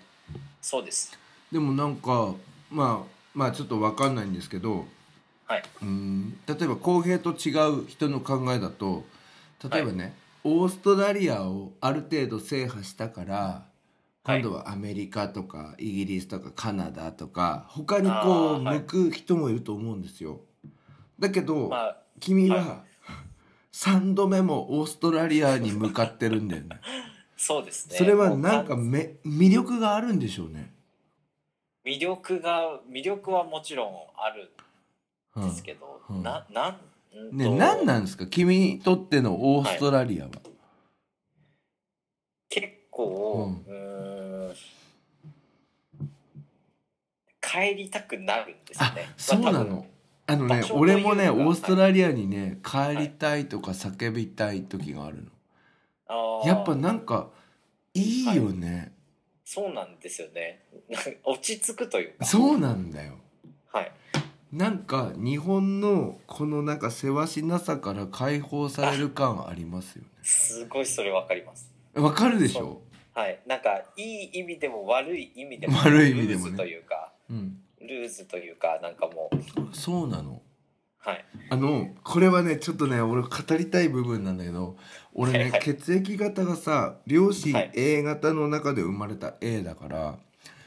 S3: そうです
S2: でもなんかまあまあちょっとわかんないんですけど、
S3: はい、
S2: うん例えば公平と違う人の考えだと例えばね、オーストラリアをある程度制覇したから
S3: はい
S2: 今度はアメリカとかイギリスとかカナダとか他にこう
S3: あーはい
S2: 向く人もいると思うんですよ。だけど、
S3: まあ
S2: 君
S3: は
S2: は3度目もオーストラリアに向かってるんだよね。
S3: そう ですね
S2: それはなんか
S3: もう完
S2: め魅力があるんでしょうね。
S3: 魅力が魅力はもちろんある
S2: うんん
S3: ですけど、
S2: うん
S3: ななんうん
S2: ね、
S3: と
S2: 何なんですか君にとってのオーストラリアは、
S3: 結構うーん帰りたくなるんです
S2: あ
S3: ね
S2: そうな
S3: まあ多分
S2: のあのね
S3: 場所というか
S2: 俺もねオーストラリアにね帰りたいとか叫びたい時があるの、
S3: あー
S2: やっぱなんかいいよね、
S3: そうなんですよね落ち着くというか
S2: そうなんだよ
S3: はい
S2: なんか日本のこのなんかせわしなさから解放される感ありますよ
S3: すごいそれわかります。
S2: ねわかるでしょ
S3: はい、なんかいい意味でも悪い意味でも
S2: 悪い意味でもね
S3: ルーズというか
S2: う、ん、
S3: ルーズというかなんかもう
S2: そうなの
S3: はい
S2: あのこれはねちょっとね俺語りたい部分なんだけど俺
S3: はい
S2: ね
S3: はい
S2: 血液型がさ両親
S3: はい
S2: A 型の中で生まれた A だから、
S3: はい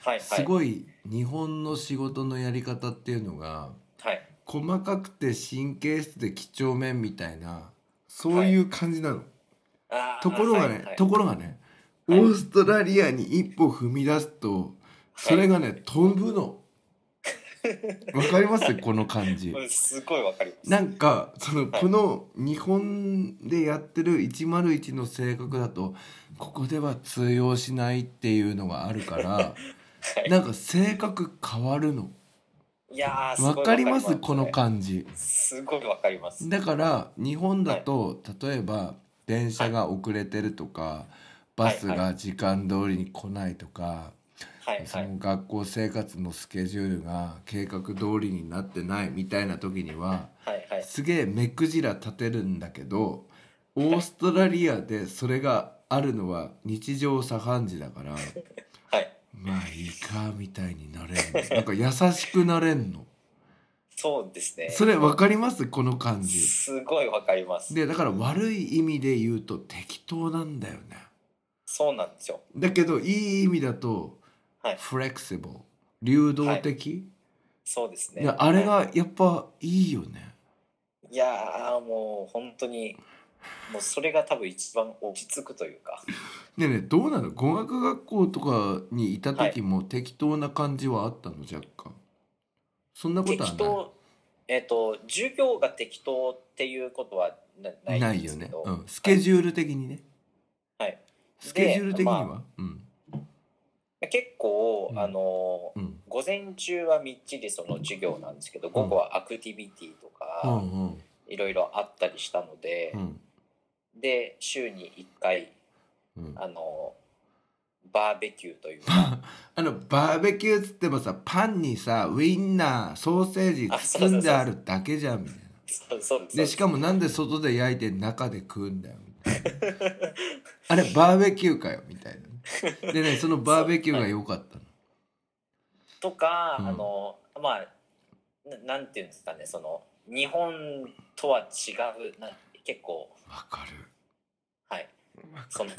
S3: はい
S2: すごい日本の仕事のやり方っていうのが
S3: はい
S2: 細かくて神経質で几帳面みたいなそういう感じなの、
S3: あー
S2: ところがね、
S3: はいはい
S2: ところがね、
S3: はい
S2: オーストラリアに一歩踏み出すとそれがね、飛ぶのわかりますこの感 じ
S3: うんすごいわかります。
S2: なんかその、
S3: はい
S2: この日本でやってる101の性格だとここでは通用しないっていうのがある から、
S3: い
S2: なんか性格変わるの
S3: いやーすごい
S2: わかりますこの
S3: 感
S2: 感じ
S3: すごいわかります。
S2: だから日本だと、例えば電車が遅れてるとか、バスが時間通りに来ないとか、
S3: はい
S2: そ
S3: はい
S2: の学校生活のスケジュールが計画通りになってないみたいな時には
S3: はいはい。
S2: すげえ目くじら立てるんだけどオーストラリアでそれがあるのは日常茶飯事だから
S3: はい。
S2: まあいいかみたいになれるのなんか優しくなれんの
S3: そうですね。
S2: それ分かりますこの感じ
S3: すごいわかります。
S2: でだから悪い意味で言うと適当なんだよね
S3: そうなんですよ。
S2: だけどいい意味だと
S3: はい
S2: フレキシブル流動的、
S3: そうです
S2: い
S3: ね。
S2: やあれ
S3: は
S2: がやっぱいいよね
S3: い。いやーもう本当にもうそれが多分一番落ち着くというか。
S2: ねえねえどうなの語学学校とかにいた時も適当な感じはあったの若干そんなことは
S3: 適当えっ、と授業が適当っていうことはな
S2: ない
S3: な
S2: ない
S3: ん
S2: い
S3: で
S2: よ
S3: すけ
S2: ね
S3: ど、、
S2: うん、スケジュール的にね
S3: はい
S2: スケジュール的には、
S3: でま
S2: うん
S3: 結構、
S2: うん
S3: あのー
S2: うん
S3: 午前中はみっちりその授業なんですけど午後はアクティビティと
S2: う
S3: か
S2: んうん
S3: いろいろあったりしたので、
S2: うん
S3: で週に1回
S2: うん
S3: あのバーベキューというか
S2: あのバーベキューっつってもさパンにさウインナーソーセージ包んであるだけじゃんみたいな
S3: そうそう
S2: でしかもなんで外で焼いて中で食うんだ よみたいなあれバーベキューかよみたいなでねそのバーベキューが良かったの
S3: とか、
S2: うん
S3: あのまあななんていうんですかねその日本とは違うな結構
S2: わかる
S3: はい その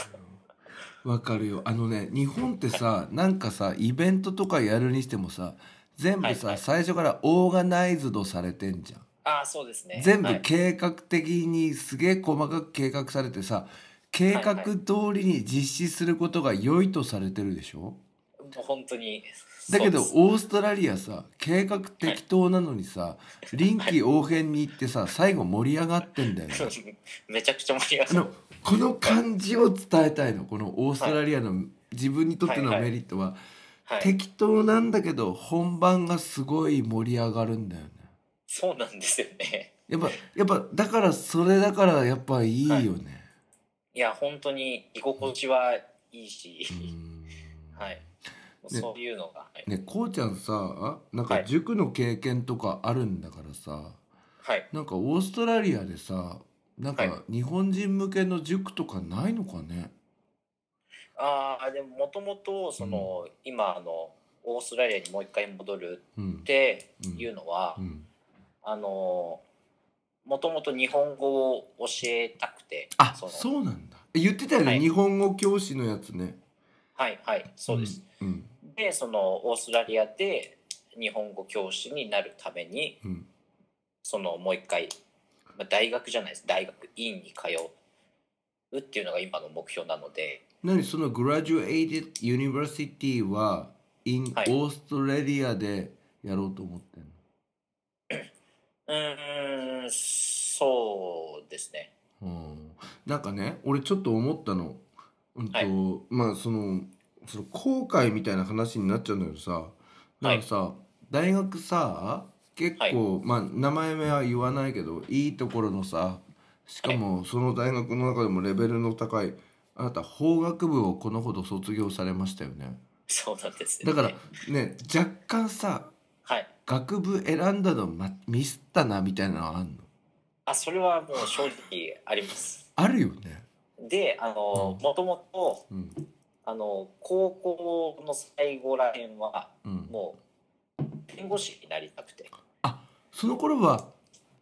S2: わかるよあのね日本ってさなんかさイベントとかやるにしてもさ全部さ、
S3: はいはい
S2: 最初からオーガナイズドされてんじゃん
S3: ああそうですね
S2: 全
S3: は
S2: 部
S3: い
S2: 計画的にすげえ細かく計画されてさ計画通りに実施することが良いとされてるでしょ
S3: もう本当に
S2: だけど
S3: そうで
S2: オ
S3: す
S2: ーストラリアさ計画適当なのにさ臨機応変に行ってさ最後盛り上がってんだよね
S3: めちゃくちゃ盛り上
S2: あ
S3: がる
S2: のこの感じを伝えたいのこのオーストラリアの自分にとってのメリットは
S3: はい
S2: 適当なんだけど本番がすごい盛り上がるんだよね
S3: そうなんですよね
S2: やっぱやっぱだからそれだからやっぱいいよね、
S3: いや本当に居心地はいいし、
S2: うん
S3: はいそういうのが、はい
S2: ねこうちゃんさなん
S3: は
S2: か
S3: い
S2: 塾の経験とかあるんだからさ、
S3: はい
S2: なんかオーストラリアでさなん
S3: はい
S2: か日本人向けの塾とかないのかね、
S3: ああでももともとその、今あのオーストラリアにもう一回戻る
S2: うん
S3: っ、ていうのは、
S2: うん、
S3: あのもともと日本語を教えたくて
S2: あ
S3: そ
S2: そ
S3: の
S2: うなんだえ言ってたよね、
S3: はい
S2: 日本語教師のやつね
S3: はいはいそうです、、
S2: うん
S3: でそのオーストラリアで日本語教師になるために
S2: うん
S3: そのもう一回、まあ、大学じゃないです大学院に通うっていうのが今の目標なので
S2: 何そのグラジュエイテッド・ユニバーシティは in、
S3: はい
S2: オーストラリアでやろうと思ってんの
S3: うーんそうですね
S2: うんなんかね俺ちょっと思ったの、うんと
S3: はい
S2: まあそのその後悔みたいな話になっちゃうんだけどさなんかさ、大学さ結構、まあ名前は言わないけどいいところのさしかもその大学の中でもレベルの高いあなた法学部をこのほど卒業されましたよね
S3: そうなんですよ
S2: だ
S3: ね
S2: からね若干さ
S3: はい
S2: 学部選んだの、ま、ミスったなみたいなのはあんの
S3: あそれはもう正直あります
S2: あるよね
S3: であの
S2: うん
S3: もともと
S2: うん
S3: あの高校の最後らへんは
S2: うん
S3: もう弁護士になりたくて
S2: その頃は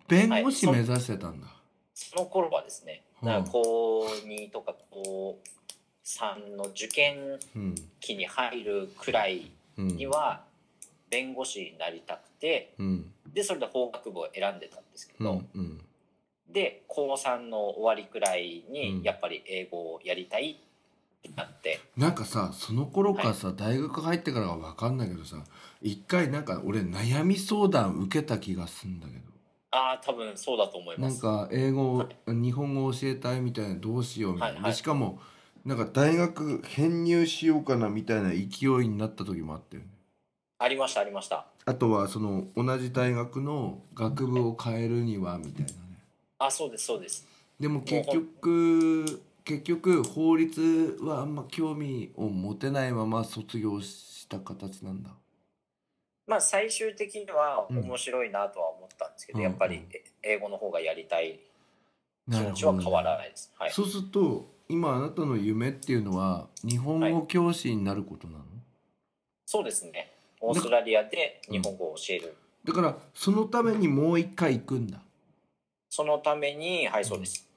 S2: 弁護士
S3: はい
S2: 目指してたんだ。
S3: その頃はですね
S2: うん
S3: だから高2とか高3の受験
S2: うん。
S3: 期に入るくらい
S2: うん
S3: には弁護士になりたくて
S2: うん。
S3: でそれで法学部を選んでたんですけ
S2: う
S3: ど、
S2: んうん
S3: で高3の終わりくらい
S2: うん
S3: にやっぱり英語をやりたいってなって、
S2: なんかさその頃からさ、大学入ってからは分かんないけどさ一回なんか俺悩み相談受けた気がすんだけど
S3: ああ多分そうだと思いま
S2: なん
S3: す。
S2: か英語を、
S3: はい
S2: 日本語を教えたいみたいなどうしようみたいな、
S3: はいはい
S2: でしかもなんか大学編入しようかなみたいな勢いになった時もあったよね
S3: ありましたありました。
S2: あとはその同じ大学の学部を変えるにはみたいなね
S3: あそうですそうです。
S2: でも結局結局法律はあんま興味を持てないまま卒業した形なんだ
S3: まあ最終的には
S2: うん
S3: 面白いなとは思ったんですけど、
S2: うん
S3: やっぱり英語の方がやりたい気
S2: なる
S3: 持
S2: ほ
S3: ち
S2: ど
S3: は
S2: ね
S3: 変わらないです。はい。
S2: そうすると今あなたの夢っていうのは日本語教師になることなの、
S3: そうですね。オーストラリアで日本語を教える。
S2: だからそのためにもう一回行くんだ
S3: そのために、はい、そうです。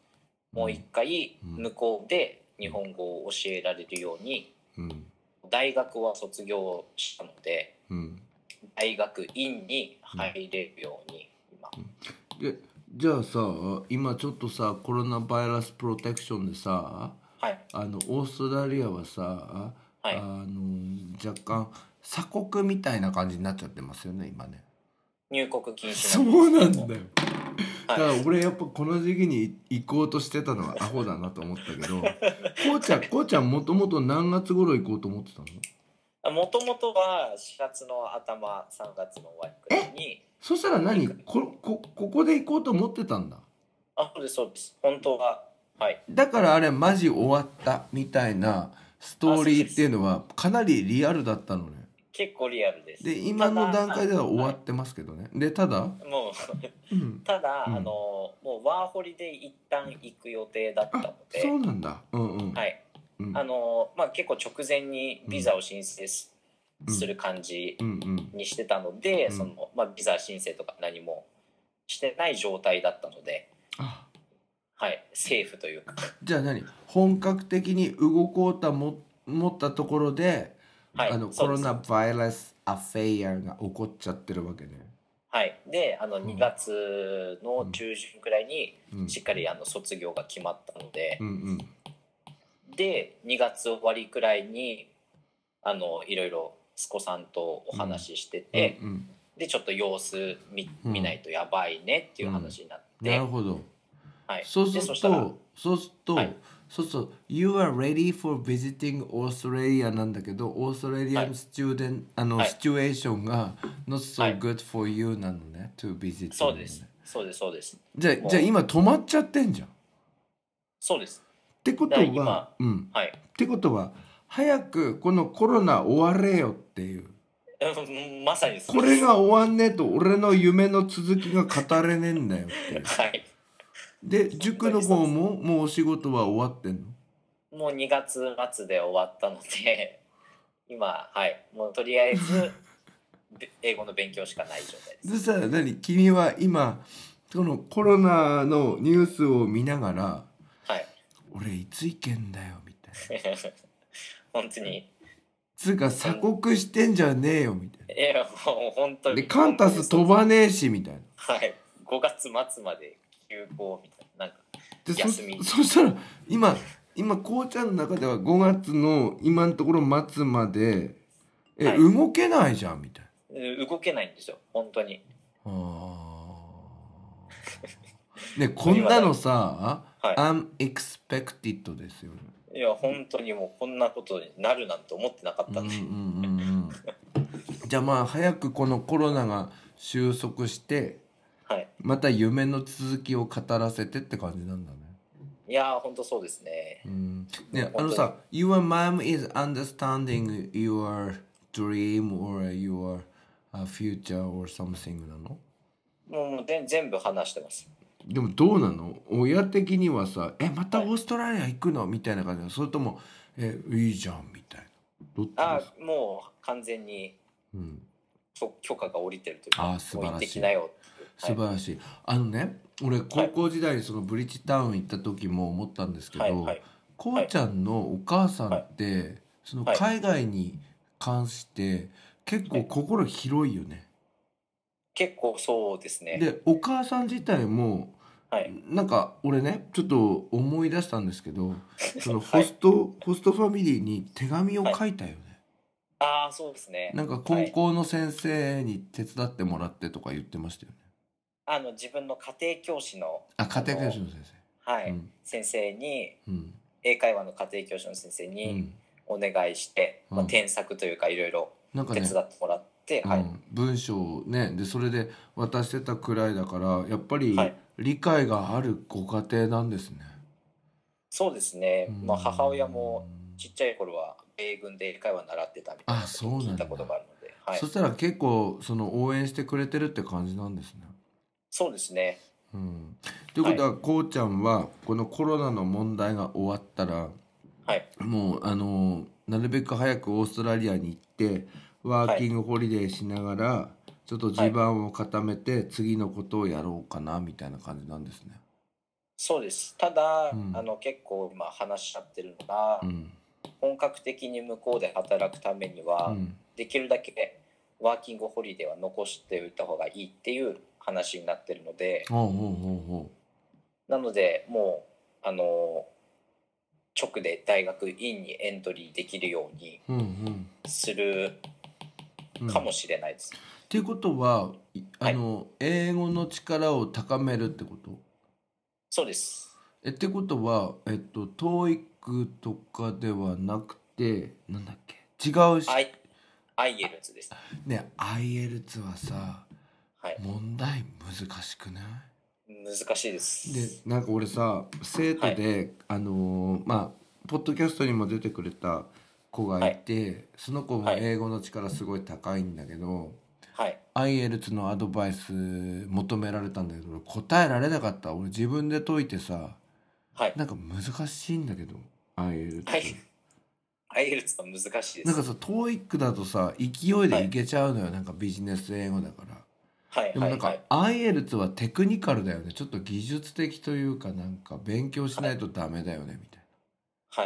S3: もう一回
S2: うん
S3: 向こうで日本語を教えられるように、
S2: うん
S3: 大学は卒業したので、
S2: うん
S3: 大学院に入れるように、今。
S2: でじゃあさ今ちょっとさコロナバイラスプロテクションでさ
S3: はい。
S2: あのオーストラリアはさ、
S3: はい
S2: あの若干鎖国みたいな感じになっちゃってますよね今ね
S3: 入国禁止
S2: そうなんだよ
S3: はい。
S2: だから俺やっぱこの時期に行こうとしてたのはアホだなと思ったけ どこうちゃんこうちゃんもともと何月頃行こうと思ってたの
S3: もともとは4月の頭、3月の終わりくらいに、
S2: そしたら何ここここで行こうと思ってたんだ
S3: あ、そうです、そうです。本当は、はい。
S2: だからあれマジ終わったみたいなストーリーっていうのはかなりリアルだったのね
S3: 結構リアルです。
S2: で今の段階では終わっ
S3: た
S2: てますけどねでただ、
S3: だ。はいもう、
S2: うん、
S3: ただ、
S2: うん
S3: あの、もうワーホリで一旦行く予定だった
S2: あ
S3: ので、
S2: そうなんだうんうん
S3: はい。
S2: うん
S3: あのまあ、結構直前にビザを申請す,、
S2: うん
S3: る感じ
S2: うんうん
S3: にしてたので、
S2: うん
S3: そのまあ、ビザ申請とか何もしてない状態だったので、
S2: あ
S3: はい、セーフというか、
S2: じゃあ何本格的に動こうとも思ったところで、
S3: はい、
S2: あの
S3: そ
S2: コ
S3: うで
S2: ロ
S3: す
S2: ナバイラスアフェイアが起こっちゃってるわけね、
S3: はい、であの
S2: ん
S3: 2月の中旬くらいに
S2: うん、
S3: しっかりあの卒業が決まったので
S2: う、んうん
S3: で2月終わりくらいにあのいろいろ息子さんとお話ししてて、
S2: うんうん
S3: でちょっと様子見
S2: うん
S3: 見ないとやばいねっていう話になって、
S2: なるほど
S3: はい、
S2: そうす
S3: で
S2: る
S3: そしたら
S2: とそうすると、
S3: はい
S2: そうすると「You are ready for visiting Australia」なんだけどオーストラリア
S3: は
S2: ン
S3: い
S2: スチューデンあの、
S3: はい
S2: シチュエーションが「not
S3: は
S2: so
S3: い
S2: good for you」なのね「to visit なのね」
S3: そうです。そうです。そうです。
S2: じゃあ
S3: もう
S2: じゃあ今止まっちゃってんじゃんっ
S3: そうです。
S2: てこと
S3: だから
S2: は、うん、
S3: はい。
S2: ってことは早くこのコロナ終われよっていう
S3: うんまさにそう
S2: こ
S3: で
S2: れ
S3: す。
S2: が終わんねえと俺の夢の続きが語れねえんだよっていう
S3: はい。
S2: で塾の方ももうお仕事は終わってんの
S3: もう2月末で終わったので、 今、はい。もうとりあえず、 べ英語の勉強しかない状態です。
S2: そしたら何君は今そのコロナのニュースを見ながら
S3: はい。
S2: 俺いつ行けんだよみたいな
S3: 本当に。
S2: つうか鎖国してんじゃねえよみたい
S3: いや、もう本当
S2: な
S3: に。
S2: でカンタス飛ばねえしみたいな
S3: はい。5月末まで休校みたいな。なんか、
S2: でそ
S3: 休み
S2: そしたら今今紅茶の中では5月の今のところ末までえ、
S3: はい
S2: 動けないじゃんみたいな
S3: うん動けないんですよ。本当に。
S2: あーねこんなのさ
S3: はい
S2: unexpected ですよね
S3: いや、本当にもうこんなことになるなんて思ってなかっ
S2: う
S3: た
S2: ん
S3: ん
S2: うん
S3: で。
S2: うんうんじゃあまあ早くこのコロナが収束して
S3: はい。
S2: また夢の続きを語らせてって感じなんだね。
S3: いやー、本当そうですね。
S2: うん、ねあ
S3: 本当
S2: の
S3: に
S2: さ「Your mom is understanding your dream or your uh, future or something」なの
S3: もうもう全全部話してます。
S2: でもどうなの親的にはさ「えまたオーストラリア行くの?」みたいな感じなのそれとも「えいいじゃん」みたいな。どっち
S3: あ
S2: ですか、
S3: もう完全に
S2: うん
S3: 許許可が下りてるというか、
S2: あー素晴らしい
S3: もう行ってきなよってい
S2: 素
S3: う。
S2: 晴らしい、あのね俺高校時代にそのブリッジタウン行った時も思ったんですけど、
S3: はい、はい、はい。
S2: こうちゃんのお母さんって、その
S3: はい
S2: 海外に関して結構心広いよね、
S3: 結構そうですね。
S2: でお母さん自体も
S3: はい。
S2: なんか俺ねちょっと思い出したんですけどその
S3: は
S2: ホ
S3: い
S2: スト、ホストファミリーに手紙を書いたよね、
S3: ああ、そうですね。
S2: なんか高校の先生に手伝ってもらってとか言ってましたよね
S3: あの自分の家庭教師の、
S2: あ家庭教師の先
S3: は
S2: 生
S3: い、
S2: うん
S3: 先生に
S2: うん
S3: 英会話の家庭教師の先生
S2: う
S3: に
S2: ん
S3: お願いして、
S2: うん
S3: まあ添削というかいろいろ
S2: なんか
S3: 手
S2: ね
S3: 伝ってもらって、
S2: う
S3: はい、
S2: ん、文章をねでそれで渡してたくらいだからやっぱり
S3: はい
S2: 理解があるご家庭なんですね、
S3: そうですね。
S2: うん
S3: まあ母親もちっちゃい頃は米軍で英会話習ってたみたいな
S2: あそうなんだ
S3: 聞いたことがあるので、はい
S2: そ。したら結構その応援してくれてるって感じなんですね。
S3: そうですね。
S2: うん、ということは、こうちゃんはこのコロナの問題が終わったら
S3: はい。
S2: もうあのなるべく早くオーストラリアに行ってワーキングホリデーしながら、ちょっと地盤を固めて次のことをやろうかなみたいな感じなんですね。
S3: そうです。ただ、
S2: うん
S3: あの結構今話し合ってるのが、
S2: うん
S3: 本格的に向こうで働くために
S2: う
S3: は、
S2: ん
S3: できるだけワーキングホリデーは残しておいた方がいいっていう話になってるので、
S2: ほうほうほうほ
S3: なのでもうあの直で大学院にエントリーできるように
S2: う。うんうん
S3: する
S2: うん、
S3: かもしれないです。
S2: っていうことはいあの、英語の力を高めるってこと
S3: そうです。
S2: えってことはえっと TOEIC とかではなくてなんだっけ違うし、
S3: アイアイエルツです。
S2: ね IELTS はさ
S3: はい。
S2: 問題難しくな
S3: 難しいです。
S2: いでなんか俺さ生徒で、あのーまあポッドキャストにも出てくれた子がいて、その子も
S3: はい
S2: 英語の力すごい高いんだけど、
S3: はい。
S2: IELTS のアドバイス求められたんだけど俺答えられなかった俺自分で解いてさ
S3: はい。
S2: なんか難しいんだけど IELTS、
S3: はいアイエルツは難しいです。
S2: なんかさ TOEIC だとさ勢いでいけちゃうのよ、なんかビジネス英語だから
S3: はい
S2: でも
S3: は
S2: ないんか
S3: はい。
S2: IELTS はテクニカルだよねちょっと技術的というかなんか勉強しないとダメだよねみたい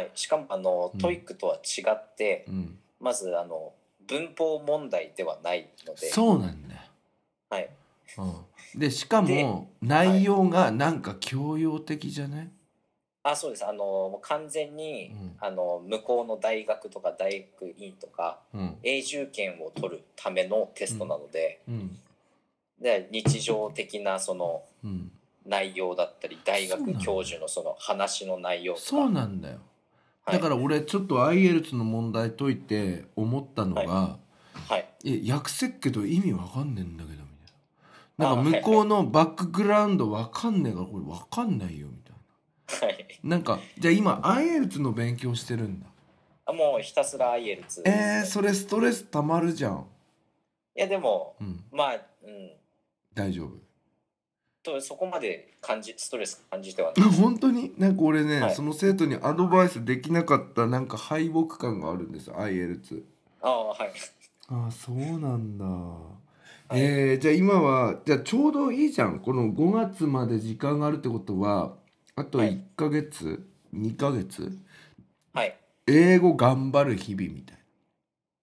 S3: はい。しかもあの
S2: うん
S3: トイックとは違って、
S2: な、うん、
S3: まずあの文法問題ではないので、
S2: そうなんだよ、
S3: はい。
S2: うん、でしかも内容がなんか教養的じゃない、
S3: あそうですあのもう完全
S2: う
S3: に、
S2: ん
S3: あの向こうの大学とか大学院とか
S2: うん
S3: 永住権を取るためのテストなので,、
S2: うん
S3: で日常的なその
S2: うん、
S3: 内容だったり大
S2: そうな
S3: 学
S2: の
S3: 教授のその話の内容とか
S2: そうなんだよ
S3: はい
S2: だから俺ちょっと IELTS の問題解いて思ったのが、
S3: はい
S2: いや訳せっけど意味わかんねえんだけどみたいな
S3: あ
S2: なんか向こうのバックグラウンドわかんねえからこれわかんないよみたい
S3: はい
S2: ななんかじゃあ今 IELTS の勉強してるんだ
S3: あもうひたすら IELTS
S2: えー、それストレスたまるじゃん
S3: いやでも
S2: うん
S3: まあうん
S2: 大丈夫
S3: とそこまで感じストレス感じてはな い
S2: あ本当になんか俺ね、
S3: はい
S2: その生徒にアドバイスできなかったなんか敗北感があるんです IELTS
S3: ああはい
S2: ああそうなんだ、
S3: い
S2: えーじゃあ今はじゃあちょうどいいじゃんこの5月まで時間があるってことはあと
S3: はい
S2: 1ヶ月、2ヶ月
S3: はい
S2: 英語頑張る日々みたい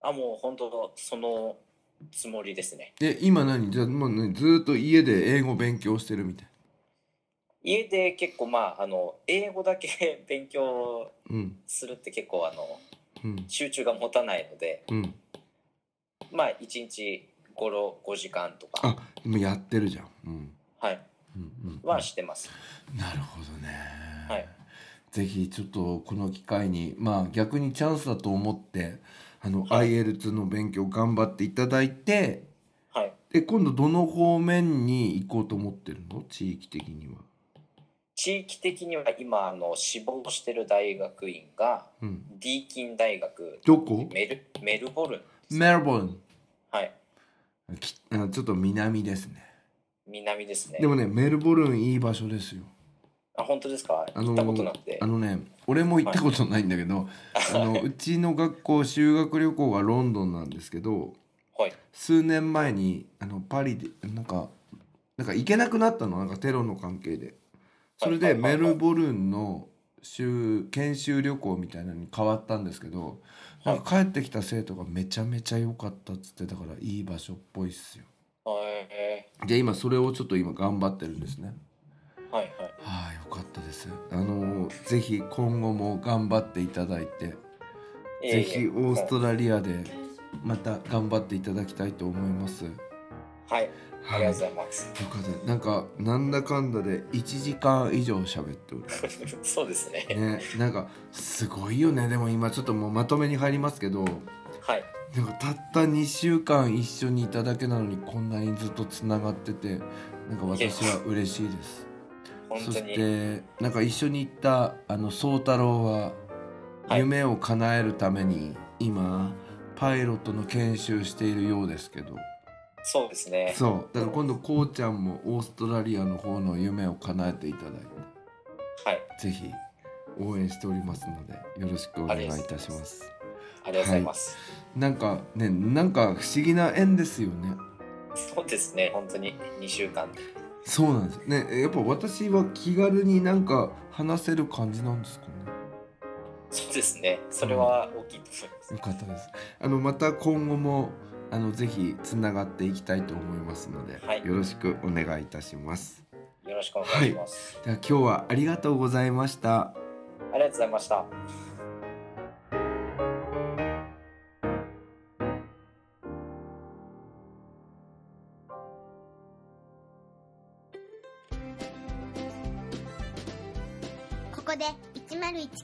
S3: あもう本当そのつもりですね
S2: なで今何じゃあもう、ね、ずーっと家で英語勉強してるみたい
S3: 家で結構まああの英語だけ 勉強
S2: なうん
S3: するって結構あの
S2: うん
S3: 集中が持たないので
S2: うん
S3: まあ1日55時間と
S2: あ
S3: か
S2: 今やってるじゃんうん
S3: はい
S2: うんうん
S3: はしてます
S2: なるほどね。
S3: はい。
S2: ぜひちょっとこの機会にまあ逆にチャンスだと思ってあの、
S3: はい
S2: IL2 の勉強頑張っていただいて
S3: はい
S2: で今度どの方面に行こうと思ってるの地域的には。
S3: 地域的には今あの志望してる大学院が
S2: うん、
S3: ディーキン大学
S2: どこ
S3: メルメルボルンです
S2: メルボルン
S3: はい
S2: きあちょっと南ですね。
S3: 南ですね
S2: でもねメルボルンいい場所ですよ。
S3: あ本当ですか
S2: あの
S3: 行ったことなくて
S2: あのね俺も行ったことないんだけど、あのうちの学校修学旅行がロンドンなんですけど
S3: はい
S2: 数年前にあのパリでなんかなんか行けなくなったのなんかテロの関係でそれ
S3: は
S2: で
S3: いはいはい
S2: メ
S3: はい
S2: ルボルンの修研修旅行みたいなのに変わったんですけどなんか帰ってきた生徒がめちゃめちゃ良かったっつってだからいい場所っぽいっすよ
S3: はい
S2: じゃあ今それをちょっと今頑張ってるんですね
S3: はいはい
S2: はあよかったですあのぜひ今後も頑張っていただいて
S3: い
S2: ぜ
S3: えいえ
S2: ひオーストラリアでまた頑張っていただきたいと思います。
S3: はいありがとうご
S2: は
S3: ざいます
S2: い。よかったなんかなんだかんだで1時間以上喋っておる。
S3: そうですね
S2: ね、なんかすごいよねでも今ちょっともうまとめに入りますけど
S3: はい
S2: なんかたった2週間一緒にいただけなのにこんなにずっとつながっててなんか私は嬉しいです
S3: 本
S2: そ
S3: 当
S2: し
S3: に
S2: てなんか一緒に行ったあの宗太郎は
S3: はい
S2: 夢を叶えるために今パイロットの研修しているようですけど
S3: そうですね
S2: そうだから今度こうちゃんもオーストラリアの方の夢を叶えていただい
S3: はい
S2: てぜひ応援しておりますのでよろしくお願いいたします
S3: ありがとうございます、
S2: なんかねなんか不思議な縁ですよね
S3: そうですね本当に2週間
S2: そうなんですねやっぱ私は気軽になんか話せる感じなんですかね
S3: そうですねそれは大きいと思います、
S2: よかったです。あのまた今後もあのぜひつながっていきたいと思いますので、
S3: はい
S2: よろしくお願いいたします。
S3: よろしくお願いします、
S2: では今日はありがとうございました。
S3: ありがとうございました
S1: ここで101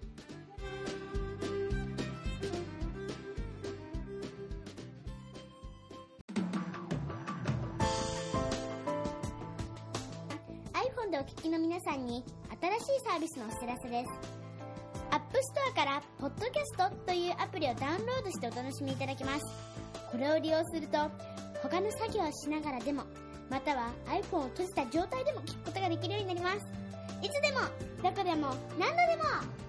S1: もiPhone でお聞きの皆さんに新しいサービスのお知らせです App Store から「Podcast」というアプリをダウンロードしてお楽しみいただけますこれを利用すると他の作業をしながらでもまたは iPhone を閉じた状態でも聞くことができるようになりますいつでもどこでも何度でも